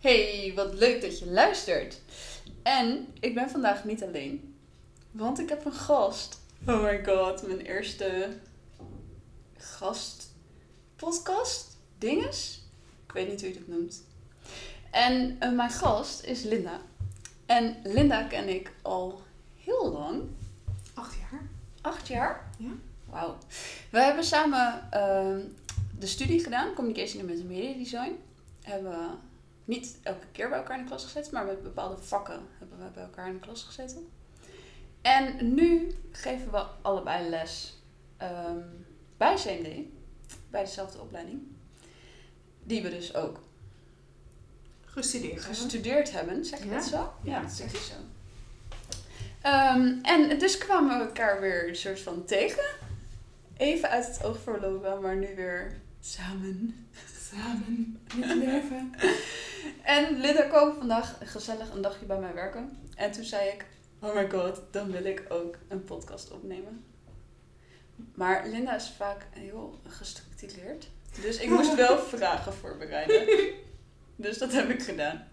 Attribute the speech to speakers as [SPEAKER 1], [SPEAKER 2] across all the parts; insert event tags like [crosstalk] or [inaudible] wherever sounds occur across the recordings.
[SPEAKER 1] Hey, wat leuk dat je luistert. En ik ben vandaag niet alleen, want ik heb een gast. Oh my god, mijn eerste gast podcast dinges. Ik weet niet hoe je dat noemt. En eh, mijn gast is Linda. En Linda ken ik al heel lang.
[SPEAKER 2] Acht jaar?
[SPEAKER 1] Acht jaar?
[SPEAKER 2] Ja.
[SPEAKER 1] Wauw. We hebben samen ehm, de studie gedaan, Communication en Multimedia Design. Hebben we niet elke keer bij elkaar in de klas gezeten, maar met bepaalde vakken hebben we bij elkaar in de klas gezeten. En nu geven we allebei les ehm, bij CMD, bij dezelfde opleiding. Die we dus ook
[SPEAKER 2] Gestudeerd. hebben.
[SPEAKER 1] gestudeerd hebben, zeg ik
[SPEAKER 2] Ja.
[SPEAKER 1] dat zo?
[SPEAKER 2] Ja,
[SPEAKER 1] Ja, dat
[SPEAKER 2] dat
[SPEAKER 1] zeg je zo. Ehm, en dus kwamen we elkaar weer een soort van tegen. Even uit het oog verloren, maar nu weer samen.
[SPEAKER 2] Samen met [laughs] leven.
[SPEAKER 1] En Linda kwam vandaag gezellig een dagje bij mij werken. En toen zei ik, oh my god, dan wil ik ook een podcast opnemen. Maar Linda is vaak heel gestructureerd. Dus ik moest [laughs] wel vragen voorbereiden. Dus dat heb ik gedaan.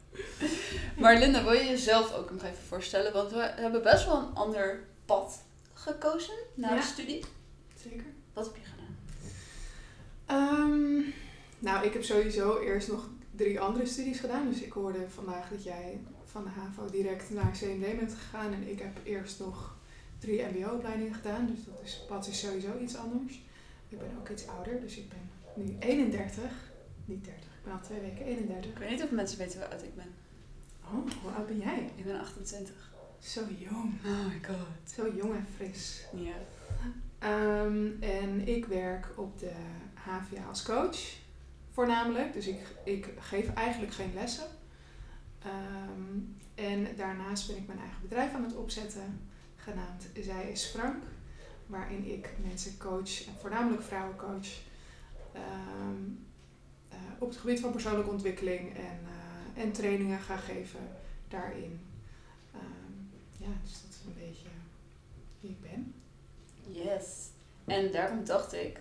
[SPEAKER 1] Maar Linda, wil je jezelf ook nog even voorstellen? Want we hebben best wel een ander pad gekozen na
[SPEAKER 2] Ja.
[SPEAKER 1] de studie.
[SPEAKER 2] Zeker.
[SPEAKER 1] Wat heb je gedaan?
[SPEAKER 2] Ehm, nou, ik heb sowieso eerst nog drie andere studies gedaan. Dus ik hoorde vandaag dat jij van de HAVO direct naar CMD bent gegaan. En ik heb eerst nog drie MBO-opleidingen gedaan. Dus dat is, pad is sowieso iets anders. Ik ben ook iets ouder, dus ik ben nu 31. Niet 30, ik ben al twee weken 31.
[SPEAKER 1] Ik weet niet of mensen weten hoe oud ik ben.
[SPEAKER 2] Oh, hoe oud ben jij?
[SPEAKER 1] Ik ben 28.
[SPEAKER 2] Zo jong.
[SPEAKER 1] Oh my god.
[SPEAKER 2] Zo jong en fris.
[SPEAKER 1] Ja.
[SPEAKER 2] Ehm, en ik werk op de HVA als coach, voornamelijk. Dus ik, ik geef eigenlijk geen lessen. Ehm, en daarnaast ben ik mijn eigen bedrijf aan het opzetten, genaamd Zij is Frank. Waarin ik mensen coach, en voornamelijk vrouwen coach, ehm, eh, op het gebied van persoonlijke ontwikkeling en, eh, en trainingen ga geven daarin. Ehm, ja, dus dat is een beetje wie ik ben.
[SPEAKER 1] Yes. En daarom dacht ik,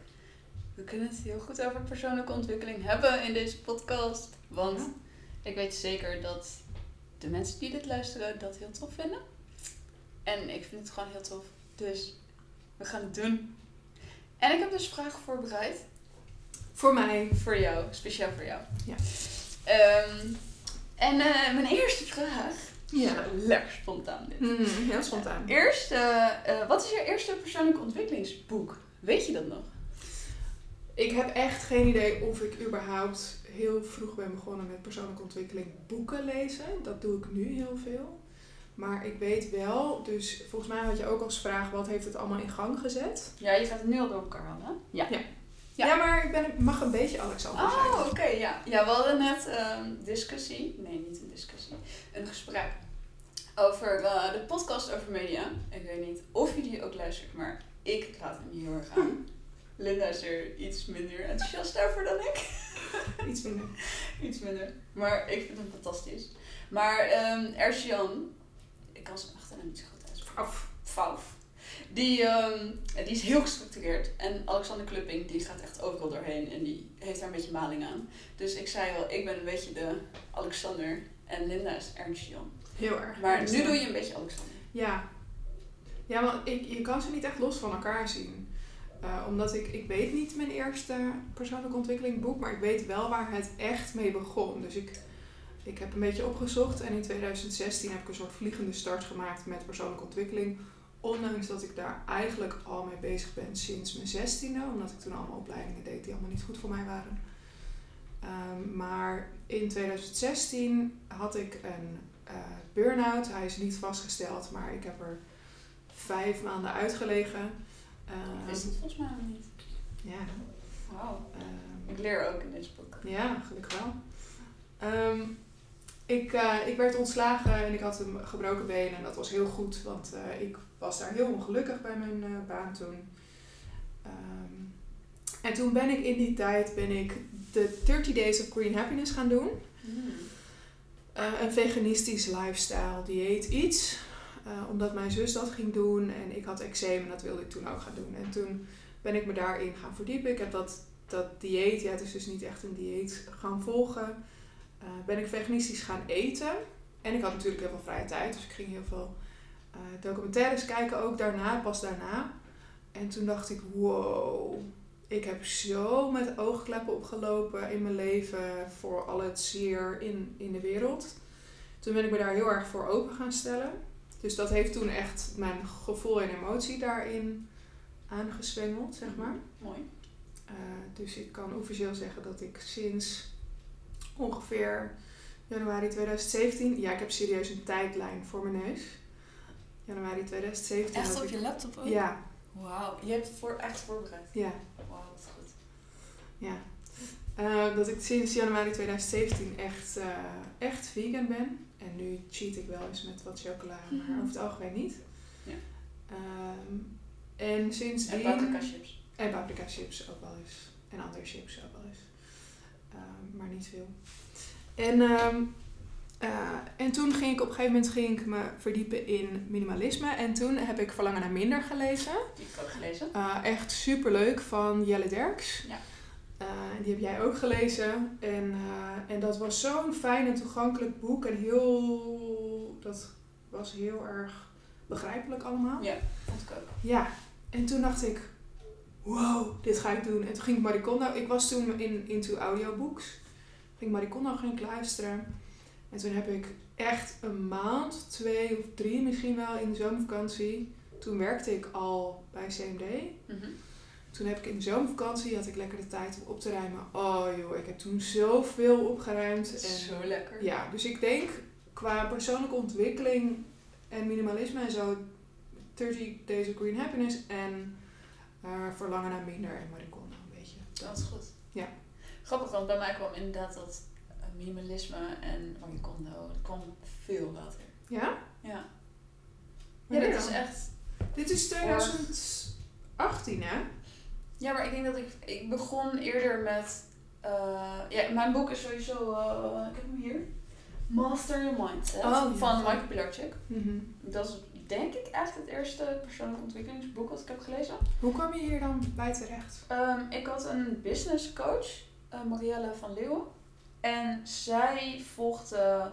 [SPEAKER 1] we kunnen het heel goed over persoonlijke ontwikkeling hebben in deze podcast. Want
[SPEAKER 2] Ja.
[SPEAKER 1] ik weet zeker dat de mensen die dit luisteren dat heel tof vinden. En ik vind het gewoon heel tof. Dus we gaan het doen. En ik heb dus vragen voorbereid.
[SPEAKER 2] Voor mij.
[SPEAKER 1] Voor jou, speciaal voor jou.
[SPEAKER 2] Ja.
[SPEAKER 1] Ehm, en eh, mijn eerste vraag. Zo, Lekker spontaan dit.
[SPEAKER 2] heel spontaan.
[SPEAKER 1] Eerst, eh, eh, wat is je eerste persoonlijke ontwikkelingsboek? Weet je dat nog?
[SPEAKER 2] Ik heb echt geen idee of ik überhaupt heel vroeg ben begonnen met persoonlijke ontwikkeling boeken lezen. Dat doe ik nu heel veel. Maar ik weet wel, dus volgens mij had je ook als vraag wat heeft het allemaal in gang gezet.
[SPEAKER 1] Ja, je gaat het nu al door elkaar halen. hè? Ja. Ja.
[SPEAKER 2] Ja, maar ik ben, mag een beetje Alexander zijn.
[SPEAKER 1] Oh, oké, ja. Ja, we hadden net een discussie. Nee, niet een discussie. Een gesprek. Over eh, de podcast over media. Ik weet niet of je die ook luistert, maar ik laat hem hier heel erg [laughs] aan. Linda is er iets minder enthousiast over dan ik. [laughs]
[SPEAKER 2] Iets minder.
[SPEAKER 1] Iets minder. Maar ik vind hem fantastisch. Maar ehm Ersjan, ik kan zijn achternaam niet zo goed uitspreken.
[SPEAKER 2] Af.
[SPEAKER 1] Fauf. Die, ehm, die is heel gestructureerd. En Alexander Klupping, die gaat echt overal doorheen. En die heeft daar een beetje maling aan. Dus ik zei al, ik ben een beetje de Alexander. En Linda is Ernst Jan.
[SPEAKER 2] Heel erg. Dus
[SPEAKER 1] Maar nu doe je een beetje Alexander.
[SPEAKER 2] Ja. Ja, want ik, je kan ze niet echt los van elkaar zien. Eh, omdat ik, ik weet niet mijn eerste persoonlijke ontwikkeling boek, maar ik weet wel waar het echt mee begon. Dus ik, ik heb een beetje opgezocht en in 2016 heb ik een soort vliegende start gemaakt met persoonlijke ontwikkeling. Ondanks dat ik daar eigenlijk al mee bezig ben sinds mijn zestiende, omdat ik toen allemaal opleidingen deed die allemaal niet goed voor mij waren. Ehm, maar in 2016 had ik een eh, burn-out. Hij is niet vastgesteld, maar ik heb er vijf maanden uitgelegen.
[SPEAKER 1] Dat
[SPEAKER 2] Ehm,
[SPEAKER 1] wist het volgens mij helemaal niet.
[SPEAKER 2] ja.
[SPEAKER 1] Wauw.
[SPEAKER 2] ehm,
[SPEAKER 1] Ik leer ook in deze podcast.
[SPEAKER 2] ja, gelukkig wel. Ehm, ik, eh, ik werd ontslagen en ik had een gebroken been en dat was heel goed, want eh, ik was daar heel ongelukkig bij mijn eh, baan toen. Ehm, en toen ben ik in die tijd ben ik de 30 Days of Green Happiness gaan doen.
[SPEAKER 1] Hmm.
[SPEAKER 2] Eh, een veganistisch lifestyle dieet iets. Eh, omdat mijn zus dat ging doen en ik had eczeem en dat wilde ik toen ook gaan doen. En toen ben ik me daarin gaan verdiepen. Ik heb dat, dat dieet, ja het is dus niet echt een dieet, gaan volgen. eh, ben ik veganistisch gaan eten. En ik had natuurlijk heel veel vrije tijd, dus ik ging heel veel eh, documentaires kijken, ook daarna, pas daarna. En toen dacht ik, wow, ik heb zo met oogkleppen opgelopen in mijn leven voor al het zeer in, in de wereld. Toen ben ik me daar heel erg voor open gaan stellen. Dus dat heeft toen echt mijn gevoel en emotie daarin aangezwengeld, zeg maar.
[SPEAKER 1] Mooi.
[SPEAKER 2] Eh, dus ik kan officieel zeggen dat ik sinds ongeveer januari 2017, ja, ik heb serieus een tijdlijn voor mijn neus. Januari 2017.
[SPEAKER 1] Echt
[SPEAKER 2] dat
[SPEAKER 1] op
[SPEAKER 2] ik-
[SPEAKER 1] je laptop ook?
[SPEAKER 2] Ja,
[SPEAKER 1] Wauw, je hebt het voor, echt voorbereid.
[SPEAKER 2] ja,
[SPEAKER 1] Wauw, wat goed.
[SPEAKER 2] ja. Eh, dat ik sinds januari 2017 echt, eh, echt vegan ben. En nu cheat ik wel eens met wat chocola, maar
[SPEAKER 1] Mhm.
[SPEAKER 2] over het algemeen niet.
[SPEAKER 1] Ja.
[SPEAKER 2] Ehm, en sindsdien...
[SPEAKER 1] En paprika chips.
[SPEAKER 2] En paprika chips ook wel eens. En andere chips ook wel eens. Ehm, maar niet veel. En, ehm, eh, en toen ging ik op een gegeven moment ging ik me verdiepen in minimalisme. En toen heb ik Verlangen naar Minder gelezen.
[SPEAKER 1] Die heb ik ook gelezen.
[SPEAKER 2] Eh, echt superleuk van Jelle Derks.
[SPEAKER 1] Ja.
[SPEAKER 2] Eh, en die heb jij ook gelezen. En, eh, en dat was zo'n fijn en toegankelijk boek. En heel... Dat was heel erg begrijpelijk allemaal.
[SPEAKER 1] Ja, vond ik ook.
[SPEAKER 2] Ja, en toen dacht ik, wow, dit ga ik doen. En toen ging ik Maricondo, ik was toen in, into audiobooks. Ging Maricondo ging ik luisteren. En toen heb ik echt een maand, twee of drie misschien wel in de zomervakantie. Toen werkte ik al bij CMD.
[SPEAKER 1] Mhm.
[SPEAKER 2] Toen heb ik in de zomervakantie, had ik lekker de tijd om op te ruimen. Oh joh, ik heb toen zoveel opgeruimd. En
[SPEAKER 1] Zo lekker.
[SPEAKER 2] ja, dus ik denk qua persoonlijke ontwikkeling en minimalisme en zo, 30 Days of Green Happiness en eh, verlangen naar minder en maricondo, een beetje.
[SPEAKER 1] Dat is goed.
[SPEAKER 2] Ja.
[SPEAKER 1] Grappig, want bij mij kwam inderdaad dat eh, minimalisme en maricondo, dat kwam veel later.
[SPEAKER 2] Ja?
[SPEAKER 1] Ja, ja
[SPEAKER 2] Wanneer
[SPEAKER 1] dat is
[SPEAKER 2] dan?
[SPEAKER 1] echt...
[SPEAKER 2] Dit is 2018, hè?
[SPEAKER 1] Ja, maar ik denk dat ik... Ik begon eerder met... eh, ja, mijn boek is sowieso... eh, ik heb hem hier. Master Your Mindset
[SPEAKER 2] Oh, ja.
[SPEAKER 1] van Michael Pilarczyk.
[SPEAKER 2] Mhm.
[SPEAKER 1] Dat is denk ik echt het eerste persoonlijk ontwikkelingsboek wat ik heb gelezen.
[SPEAKER 2] Hoe kwam je hier dan bij terecht?
[SPEAKER 1] Ehm, ik had een business coach, eh, Marielle van Leeuwen. En zij volgde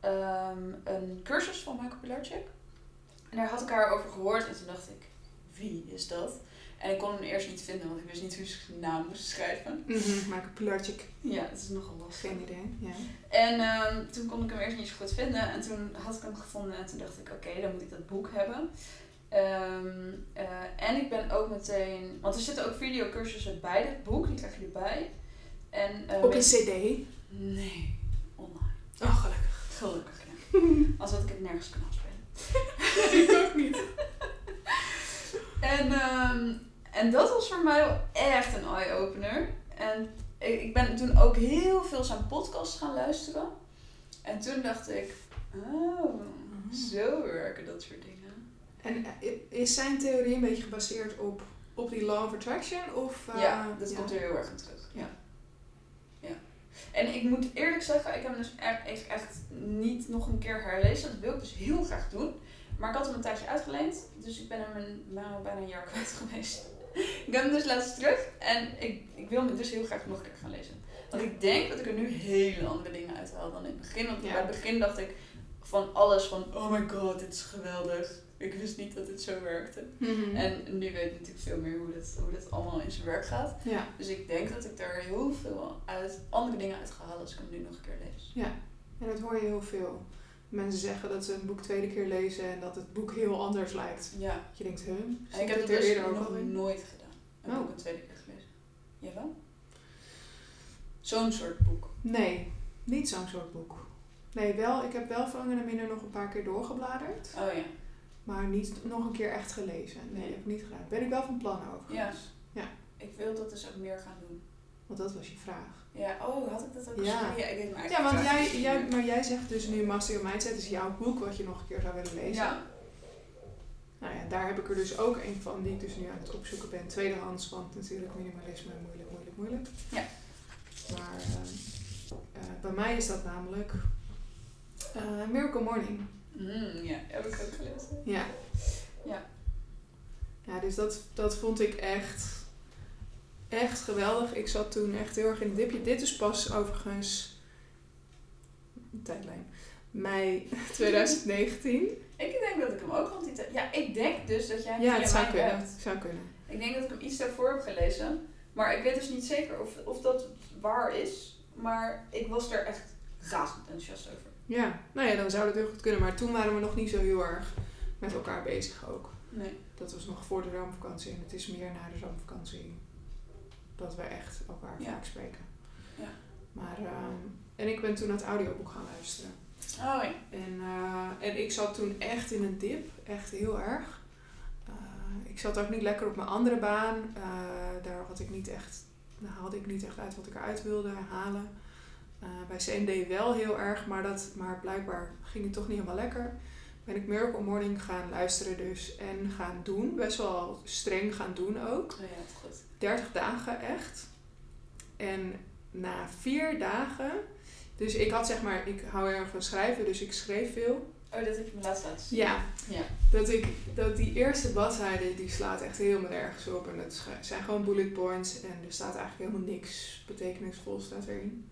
[SPEAKER 1] ehm, een cursus van Michael Pilarczyk. En daar had ik haar over gehoord en toen dacht ik, wie is dat? En ik kon hem eerst niet vinden, want ik wist niet hoe ze zijn naam moest schrijven.
[SPEAKER 2] Mhm. Maak een plaatje,
[SPEAKER 1] Ja, het is nogal lastig.
[SPEAKER 2] geen idee. Ja.
[SPEAKER 1] En ehm, toen kon ik hem eerst niet zo goed vinden. En toen had ik hem gevonden en toen dacht ik, oké, dan moet ik dat boek hebben. Ehm, eh, en ik ben ook meteen... Want er zitten ook videocursussen bij dit boek, die krijg je erbij. En, eh,
[SPEAKER 2] Op een
[SPEAKER 1] weet-
[SPEAKER 2] cd.
[SPEAKER 1] Nee, online.
[SPEAKER 2] Oh, gelukkig.
[SPEAKER 1] Gelukkig, ja.
[SPEAKER 2] [laughs]
[SPEAKER 1] Als dat ik het nergens kan afspelen.
[SPEAKER 2] ik ook niet.
[SPEAKER 1] En, ehm, en dat was voor mij wel echt een eye-opener. En ik, ik ben toen ook heel veel zijn podcast gaan luisteren. En toen dacht ik, oh... Zo werken dat soort dingen.
[SPEAKER 2] [laughs] En eh, is zijn theorie een beetje gebaseerd op, op die law of attraction? Of, eh,
[SPEAKER 1] ja, dat komt er heel erg in terug. Ja. ja. En ik moet eerlijk zeggen, ik heb hem dus echt, echt, echt niet nog een keer herlezen. Dat wil ik dus heel graag doen. Maar ik had hem een tijdje uitgeleend, dus ik ben hem een, nou, bijna een jaar kwijt [laughs] geweest. ik heb hem dus laatst terug en ik, ik wil hem dus heel graag nog een keer gaan lezen. Want ik denk dat ik er nu hele andere dingen uit haal dan in het begin. Want
[SPEAKER 2] Ja.
[SPEAKER 1] bij het begin dacht ik van alles van, oh my god, dit is geweldig. Ik wist niet dat dit zo werkte.
[SPEAKER 2] Mhm.
[SPEAKER 1] En nu weet ik natuurlijk veel meer hoe dat, hoe dat allemaal in zijn werk gaat.
[SPEAKER 2] ja.
[SPEAKER 1] Dus ik denk dat ik daar heel veel uit, andere dingen uit ga halen als ik hem nu nog een keer lees.
[SPEAKER 2] En dat hoor je heel veel. Mensen zeggen dat ze een boek tweede keer lezen en dat het boek heel anders lijkt.
[SPEAKER 1] Ja,
[SPEAKER 2] Je denkt, huh?
[SPEAKER 1] en ik
[SPEAKER 2] zit
[SPEAKER 1] heb
[SPEAKER 2] dit
[SPEAKER 1] dat
[SPEAKER 2] er
[SPEAKER 1] dus
[SPEAKER 2] eerder ook
[SPEAKER 1] nog
[SPEAKER 2] al in?
[SPEAKER 1] nooit gedaan. Een
[SPEAKER 2] Oh.
[SPEAKER 1] boek een tweede keer gelezen. Jawel? Zo'n soort boek.
[SPEAKER 2] Nee, niet zo'n soort boek. Nee, wel, ik heb wel Verlangen naar Minder nog een paar keer doorgebladerd.
[SPEAKER 1] Oh ja.
[SPEAKER 2] Maar niet nog een keer echt gelezen. Nee,
[SPEAKER 1] Nee.
[SPEAKER 2] dat heb ik niet gedaan. Ben ik wel van plan overigens.
[SPEAKER 1] Ik wil dat dus ook meer gaan doen.
[SPEAKER 2] Want dat was je vraag.
[SPEAKER 1] Ja, oh, had ik dat ook
[SPEAKER 2] Ja.
[SPEAKER 1] gezien? Ja, ik weet maar
[SPEAKER 2] Ja, want jij, jij, maar jij zegt dus nu Master Your Mindset is jouw boek wat je nog een keer zou willen lezen.
[SPEAKER 1] Ja,
[SPEAKER 2] Nou ja, daar heb ik er dus ook een van die ik dus nu aan het opzoeken ben. Tweedehands, want natuurlijk minimalisme, moeilijk, moeilijk, moeilijk.
[SPEAKER 1] Ja.
[SPEAKER 2] Maar eh, eh, bij mij is dat namelijk eh, Miracle Morning.
[SPEAKER 1] Mm, ja, heb ik ook gelezen.
[SPEAKER 2] Ja.
[SPEAKER 1] Ja.
[SPEAKER 2] Ja, dus dat, dat vond ik echt, echt geweldig. Ik zat toen echt heel erg in een dipje. Dit is pas overigens tijdlijn.
[SPEAKER 1] [laughs]
[SPEAKER 2] Mei 2019.
[SPEAKER 1] Ik denk dat ik hem ook rond die tijd... Ja, ik denk dus dat jij hem
[SPEAKER 2] Ja,
[SPEAKER 1] via
[SPEAKER 2] het zou
[SPEAKER 1] mij
[SPEAKER 2] kunnen.
[SPEAKER 1] hebt.
[SPEAKER 2] Het zou kunnen.
[SPEAKER 1] Ik denk dat ik hem iets daarvoor heb gelezen. Maar ik weet dus niet zeker of, of dat waar is. Maar ik was er echt razend enthousiast over.
[SPEAKER 2] Ja, nou ja, dan zou dat heel goed kunnen. Maar toen waren we nog niet zo heel erg met elkaar bezig ook.
[SPEAKER 1] Nee.
[SPEAKER 2] Dat was nog voor de zomervakantie. En het is meer na de zomervakantie dat we echt elkaar
[SPEAKER 1] Ja.
[SPEAKER 2] vaak spreken.
[SPEAKER 1] Ja.
[SPEAKER 2] Maar, ehm, en ik ben toen het audioboek gaan luisteren.
[SPEAKER 1] Oh ja.
[SPEAKER 2] En, eh, en ik zat toen echt in een dip, echt heel erg. Eh, ik zat ook niet lekker op mijn andere baan. Eh, daar had ik niet echt, daar haalde ik niet echt uit wat ik eruit wilde halen. Eh, bij CND wel heel erg, maar, dat, maar blijkbaar ging het toch niet helemaal lekker. Ben ik Miracle Morning gaan luisteren dus en gaan doen. Best wel streng gaan doen ook.
[SPEAKER 1] Oh ja, dat goed.
[SPEAKER 2] 30 dagen echt. En na vier dagen. Dus ik had zeg maar, ik hou heel erg van schrijven, dus ik schreef veel.
[SPEAKER 1] Oh, dat heb je me laatst laten zien.
[SPEAKER 2] Ja.
[SPEAKER 1] Ja.
[SPEAKER 2] Dat ik, dat die eerste bladzijde, die slaat echt helemaal nergens op. En dat sch- zijn gewoon bullet points en er staat eigenlijk helemaal niks betekenisvol staat erin.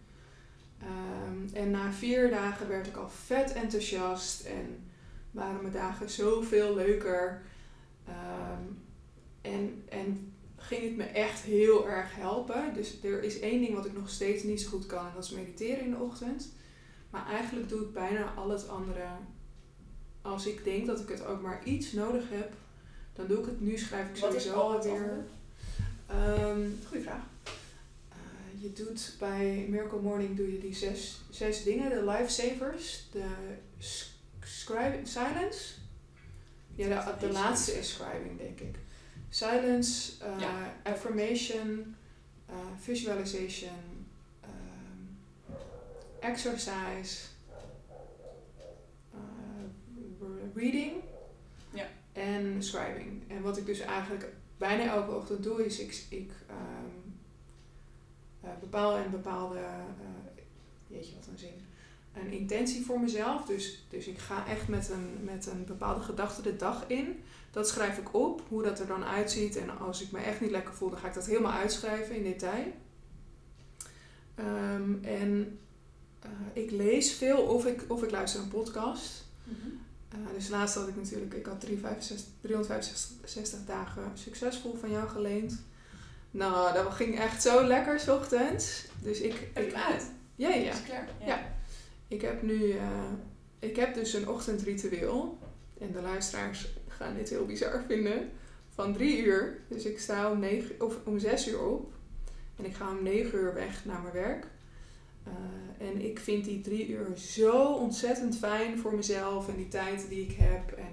[SPEAKER 2] Ehm, en na vier dagen werd ik al vet enthousiast en waren mijn dagen zoveel leuker. Ehm, en, en ging het me echt heel erg helpen. Dus er is één ding wat ik nog steeds niet zo goed kan en dat is mediteren in de ochtend. Maar eigenlijk doe ik bijna al het andere. Als ik denk dat ik het ook maar iets nodig heb, dan doe ik het nu. Schrijf ik
[SPEAKER 1] Wat
[SPEAKER 2] sowieso
[SPEAKER 1] is al het
[SPEAKER 2] alweer.
[SPEAKER 1] andere?
[SPEAKER 2] Ehm goeie vraag. Eh, je doet bij Miracle Morning doe je die zes, zes dingen. De lifesavers, de s- scribe- silence. Ja, de, de laatste is scribing, denk ik. Silence, eh,
[SPEAKER 1] Ja.
[SPEAKER 2] affirmation, eh, visualization, ehm, exercise, eh, reading
[SPEAKER 1] Ja.
[SPEAKER 2] en scribing. En wat ik dus eigenlijk bijna elke ochtend doe, is ik, ik ehm, eh, bepaal en bepaalde, eh, jeetje wat een zin, een intentie voor mezelf. Dus, dus ik ga echt met een, met een bepaalde gedachte de dag in. Dat schrijf ik op, hoe dat er dan uitziet. En als ik me echt niet lekker voel, dan ga ik dat helemaal uitschrijven in detail. Ehm, en eh, ik lees veel of ik, of ik luister een podcast.
[SPEAKER 1] Mhm.
[SPEAKER 2] Uh, dus laatst had ik natuurlijk, ik had 365 365 dagen succesvol van jou geleend. Nou, dat ging echt zo lekker 's ochtends. Dus ik.
[SPEAKER 1] Heb je
[SPEAKER 2] ik
[SPEAKER 1] hem uit?
[SPEAKER 2] Ja, ja, ja.
[SPEAKER 1] Is klaar?
[SPEAKER 2] Ja. Ik heb nu. eh, ik heb dus een ochtendritueel. En de luisteraars gaan dit heel bizar vinden. Van drie uur. Dus ik sta om, negen, of om zes uur op. En ik ga om negen uur weg naar mijn werk. Eh, en ik vind die drie uur zo ontzettend fijn voor mezelf. En die tijd die ik heb. En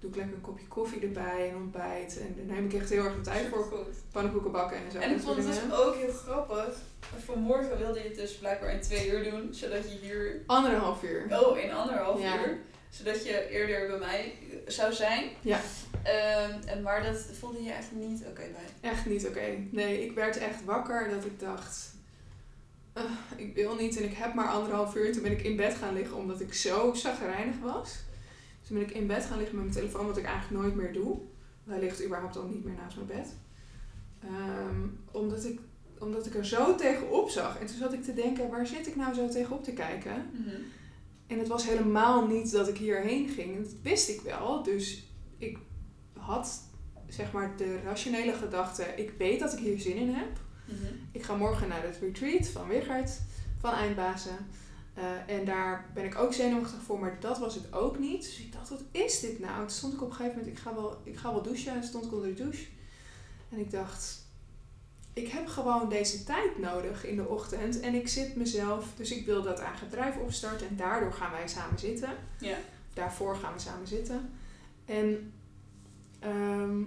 [SPEAKER 2] doe ik lekker een kopje koffie erbij en ontbijt. En daar neem ik echt heel erg de tijd voor.
[SPEAKER 1] Supergoed.
[SPEAKER 2] Pannenkoeken bakken en zo.
[SPEAKER 1] En ik vond het
[SPEAKER 2] Dat soort
[SPEAKER 1] dus
[SPEAKER 2] dingen.
[SPEAKER 1] ook heel grappig. Vanmorgen wilde je het dus blijkbaar in twee uur doen, zodat je hier
[SPEAKER 2] Anderhalf uur.
[SPEAKER 1] Oh, in anderhalf
[SPEAKER 2] Ja.
[SPEAKER 1] uur. Zodat je eerder bij mij zou zijn.
[SPEAKER 2] Ja.
[SPEAKER 1] Ehm, en maar dat voelde je echt niet oké bij.
[SPEAKER 2] Echt niet oké. Nee, ik werd echt wakker dat ik dacht... "Ugh, ik wil niet en ik heb maar anderhalf uur. Toen ben ik in bed gaan liggen omdat ik zo chagrijnig was. Toen ben ik in bed gaan liggen met mijn telefoon, wat ik eigenlijk nooit meer doe. Hij ligt überhaupt al niet meer naast mijn bed. Ehm, omdat, ik, omdat ik er zo tegenop zag. En toen zat ik te denken, waar zit ik nou zo tegenop te kijken? En het was helemaal niet dat ik hierheen ging. En Dat wist ik wel. Dus ik had zeg maar de rationele gedachte: ik weet dat ik hier zin in heb. Ik ga morgen naar het retreat van Wichert van Eindbazen. Eh, en daar ben ik ook zenuwachtig voor, maar dat was het ook niet. Dus ik dacht, wat is dit nou? Toen stond ik op een gegeven moment, ik ga wel, ik ga wel douchen. En toen stond ik onder de douche. En ik dacht, ik heb gewoon deze tijd nodig in de ochtend. En ik zit mezelf, dus ik wil dat eigen bedrijf opstarten. En daardoor gaan wij samen zitten.
[SPEAKER 1] Ja.
[SPEAKER 2] Daarvoor gaan we samen zitten. En ehm,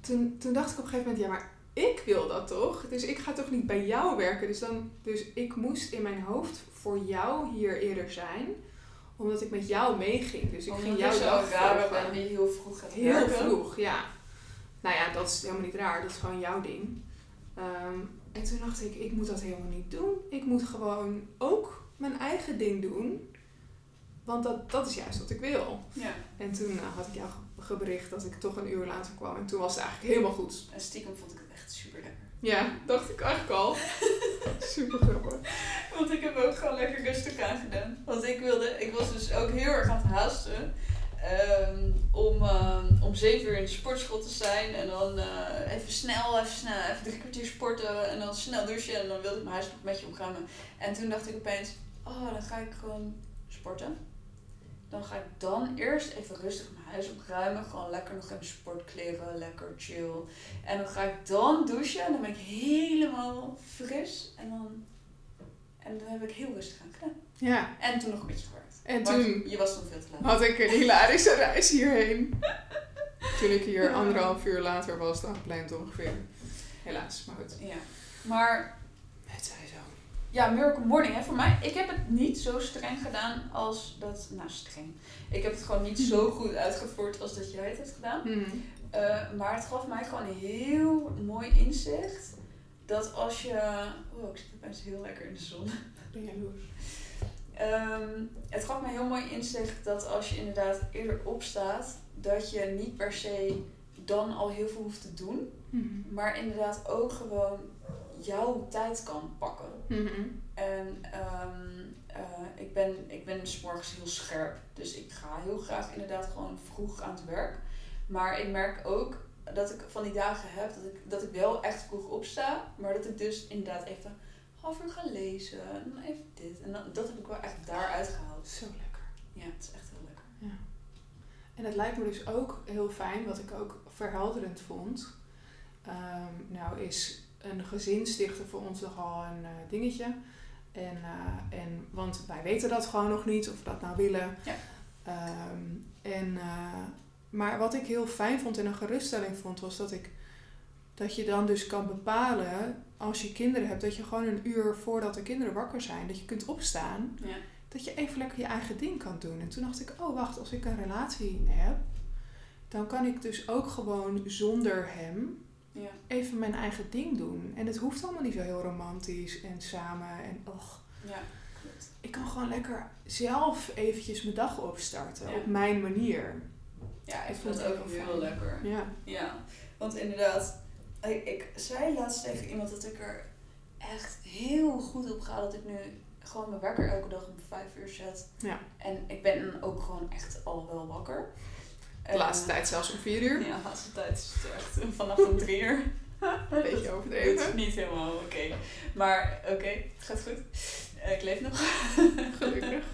[SPEAKER 2] toen, toen dacht ik op een gegeven moment, ja, maar ik wil dat toch? Dus ik ga toch niet bij jou werken? Dus, dan, dus ik moest in mijn hoofd voor jou hier eerder zijn, omdat ik met jou meeging. Dus ik ging jouw dag
[SPEAKER 1] rare
[SPEAKER 2] volgen.
[SPEAKER 1] ben die heel vroeg gaat
[SPEAKER 2] Heel
[SPEAKER 1] werken.
[SPEAKER 2] vroeg, ja. Nou ja, dat is helemaal niet raar. Dat is gewoon jouw ding. Ehm, en toen dacht ik, ik moet dat helemaal niet doen. Ik moet gewoon ook mijn eigen ding doen. Want dat, dat is juist wat ik wil.
[SPEAKER 1] Ja.
[SPEAKER 2] En toen eh, had ik jou ge- gebericht dat ik toch een uur later kwam. En toen was het eigenlijk helemaal goed.
[SPEAKER 1] En stiekem vond ik het echt super lekker. [laughs]
[SPEAKER 2] Ja, dacht ik eigenlijk al. Super grappig.
[SPEAKER 1] Want ik heb ook gewoon lekker rustig aan gedaan. Want ik wilde, ik was dus ook heel erg aan het haasten. ehm, om, ehm, om zeven uur in de sportschool te zijn. En dan eh, even snel, even snel, even drie kwartier sporten. En dan snel douchen. En dan wilde ik mijn huis nog met je omgaan. En toen dacht ik opeens, oh, dan ga ik gewoon sporten. Dan ga ik dan eerst even rustig mijn huis opruimen. Gewoon lekker nog even sportkleren, lekker chill. En dan ga ik dan douchen en dan ben ik helemaal fris. En dan, en dan heb ik heel rustig aan gedaan.
[SPEAKER 2] Ja,
[SPEAKER 1] En toen nog een beetje gewerkt.
[SPEAKER 2] en
[SPEAKER 1] Maar
[SPEAKER 2] toen
[SPEAKER 1] Je was toen veel te laat.
[SPEAKER 2] had ik een hilarische reis hierheen. Toen ik hier anderhalf uur later was dan gepland ongeveer. Helaas, maar goed.
[SPEAKER 1] Ja. Maar
[SPEAKER 2] Het zij zo.
[SPEAKER 1] ja, Miracle Morning, hè, voor mij, ik heb het niet zo streng gedaan als dat, nou streng. Ik heb het gewoon niet
[SPEAKER 2] [laughs]
[SPEAKER 1] zo goed uitgevoerd als dat jij het hebt gedaan.
[SPEAKER 2] Hmm.
[SPEAKER 1] Eh, maar het gaf mij gewoon een heel mooi inzicht. Dat als je. Oh, ik zit opeens heel lekker in de zon.
[SPEAKER 2] Ik ben jaloers.
[SPEAKER 1] Ehm, het gaf me heel mooi inzicht dat als je inderdaad eerder opstaat, dat je niet per se dan al heel veel hoeft te doen. Maar inderdaad ook gewoon jouw tijd kan pakken.
[SPEAKER 2] Mhm.
[SPEAKER 1] En ehm, eh, ik ben, ik ben 's morgens heel scherp. Dus ik ga heel graag inderdaad gewoon vroeg aan het werk. Maar ik merk ook dat ik van die dagen heb dat ik, dat ik wel echt vroeg opsta. Maar dat ik dus inderdaad even een half uur ga lezen. En dan even dit. En dat, dat heb ik wel echt daaruit gehaald.
[SPEAKER 2] Zo lekker.
[SPEAKER 1] Ja, het is echt heel lekker.
[SPEAKER 2] En het lijkt me dus ook heel fijn, wat ik ook verhelderend vond. Ehm, nou is een gezin stichten voor ons nogal een eh, dingetje. En, eh, en, want wij weten dat gewoon nog niet, of we dat nou willen.
[SPEAKER 1] Ja.
[SPEAKER 2] Ehm, en, eh, maar wat ik heel fijn vond en een geruststelling vond, was dat, ik, dat je dan dus kan bepalen, als je kinderen hebt, dat je gewoon een uur voordat de kinderen wakker zijn, dat je kunt opstaan
[SPEAKER 1] Ja.
[SPEAKER 2] dat je even lekker je eigen ding kan doen. En toen dacht ik, oh wacht, als ik een relatie heb, dan kan ik dus ook gewoon zonder hem
[SPEAKER 1] Ja.
[SPEAKER 2] even mijn eigen ding doen. En het hoeft allemaal niet zo heel romantisch en samen en och.
[SPEAKER 1] Ja, klopt.
[SPEAKER 2] Ik kan gewoon lekker zelf eventjes mijn dag opstarten
[SPEAKER 1] Ja.
[SPEAKER 2] op mijn manier.
[SPEAKER 1] Ja, ik
[SPEAKER 2] Ik
[SPEAKER 1] vond
[SPEAKER 2] vond
[SPEAKER 1] het
[SPEAKER 2] het
[SPEAKER 1] ook
[SPEAKER 2] heel
[SPEAKER 1] heel
[SPEAKER 2] fijn.
[SPEAKER 1] lekker.
[SPEAKER 2] Ja.
[SPEAKER 1] Ja, want inderdaad, ik, ik zei laatst tegen iemand dat ik er echt heel goed op ga dat ik nu gewoon mijn wekker elke dag om vijf uur zet.
[SPEAKER 2] Ja.
[SPEAKER 1] En ik ben dan ook gewoon echt al wel wakker. Eh,
[SPEAKER 2] De laatste tijd zelfs om vier uur.
[SPEAKER 1] Ja, de laatste tijd is het echt eh, vanaf om drie [laughs] uur.
[SPEAKER 2] Een beetje
[SPEAKER 1] Het [laughs]
[SPEAKER 2] overdreven.
[SPEAKER 1] is niet helemaal oké. Maar oké, het gaat goed. Eh, ik leef nog. [laughs]
[SPEAKER 2] Gelukkig.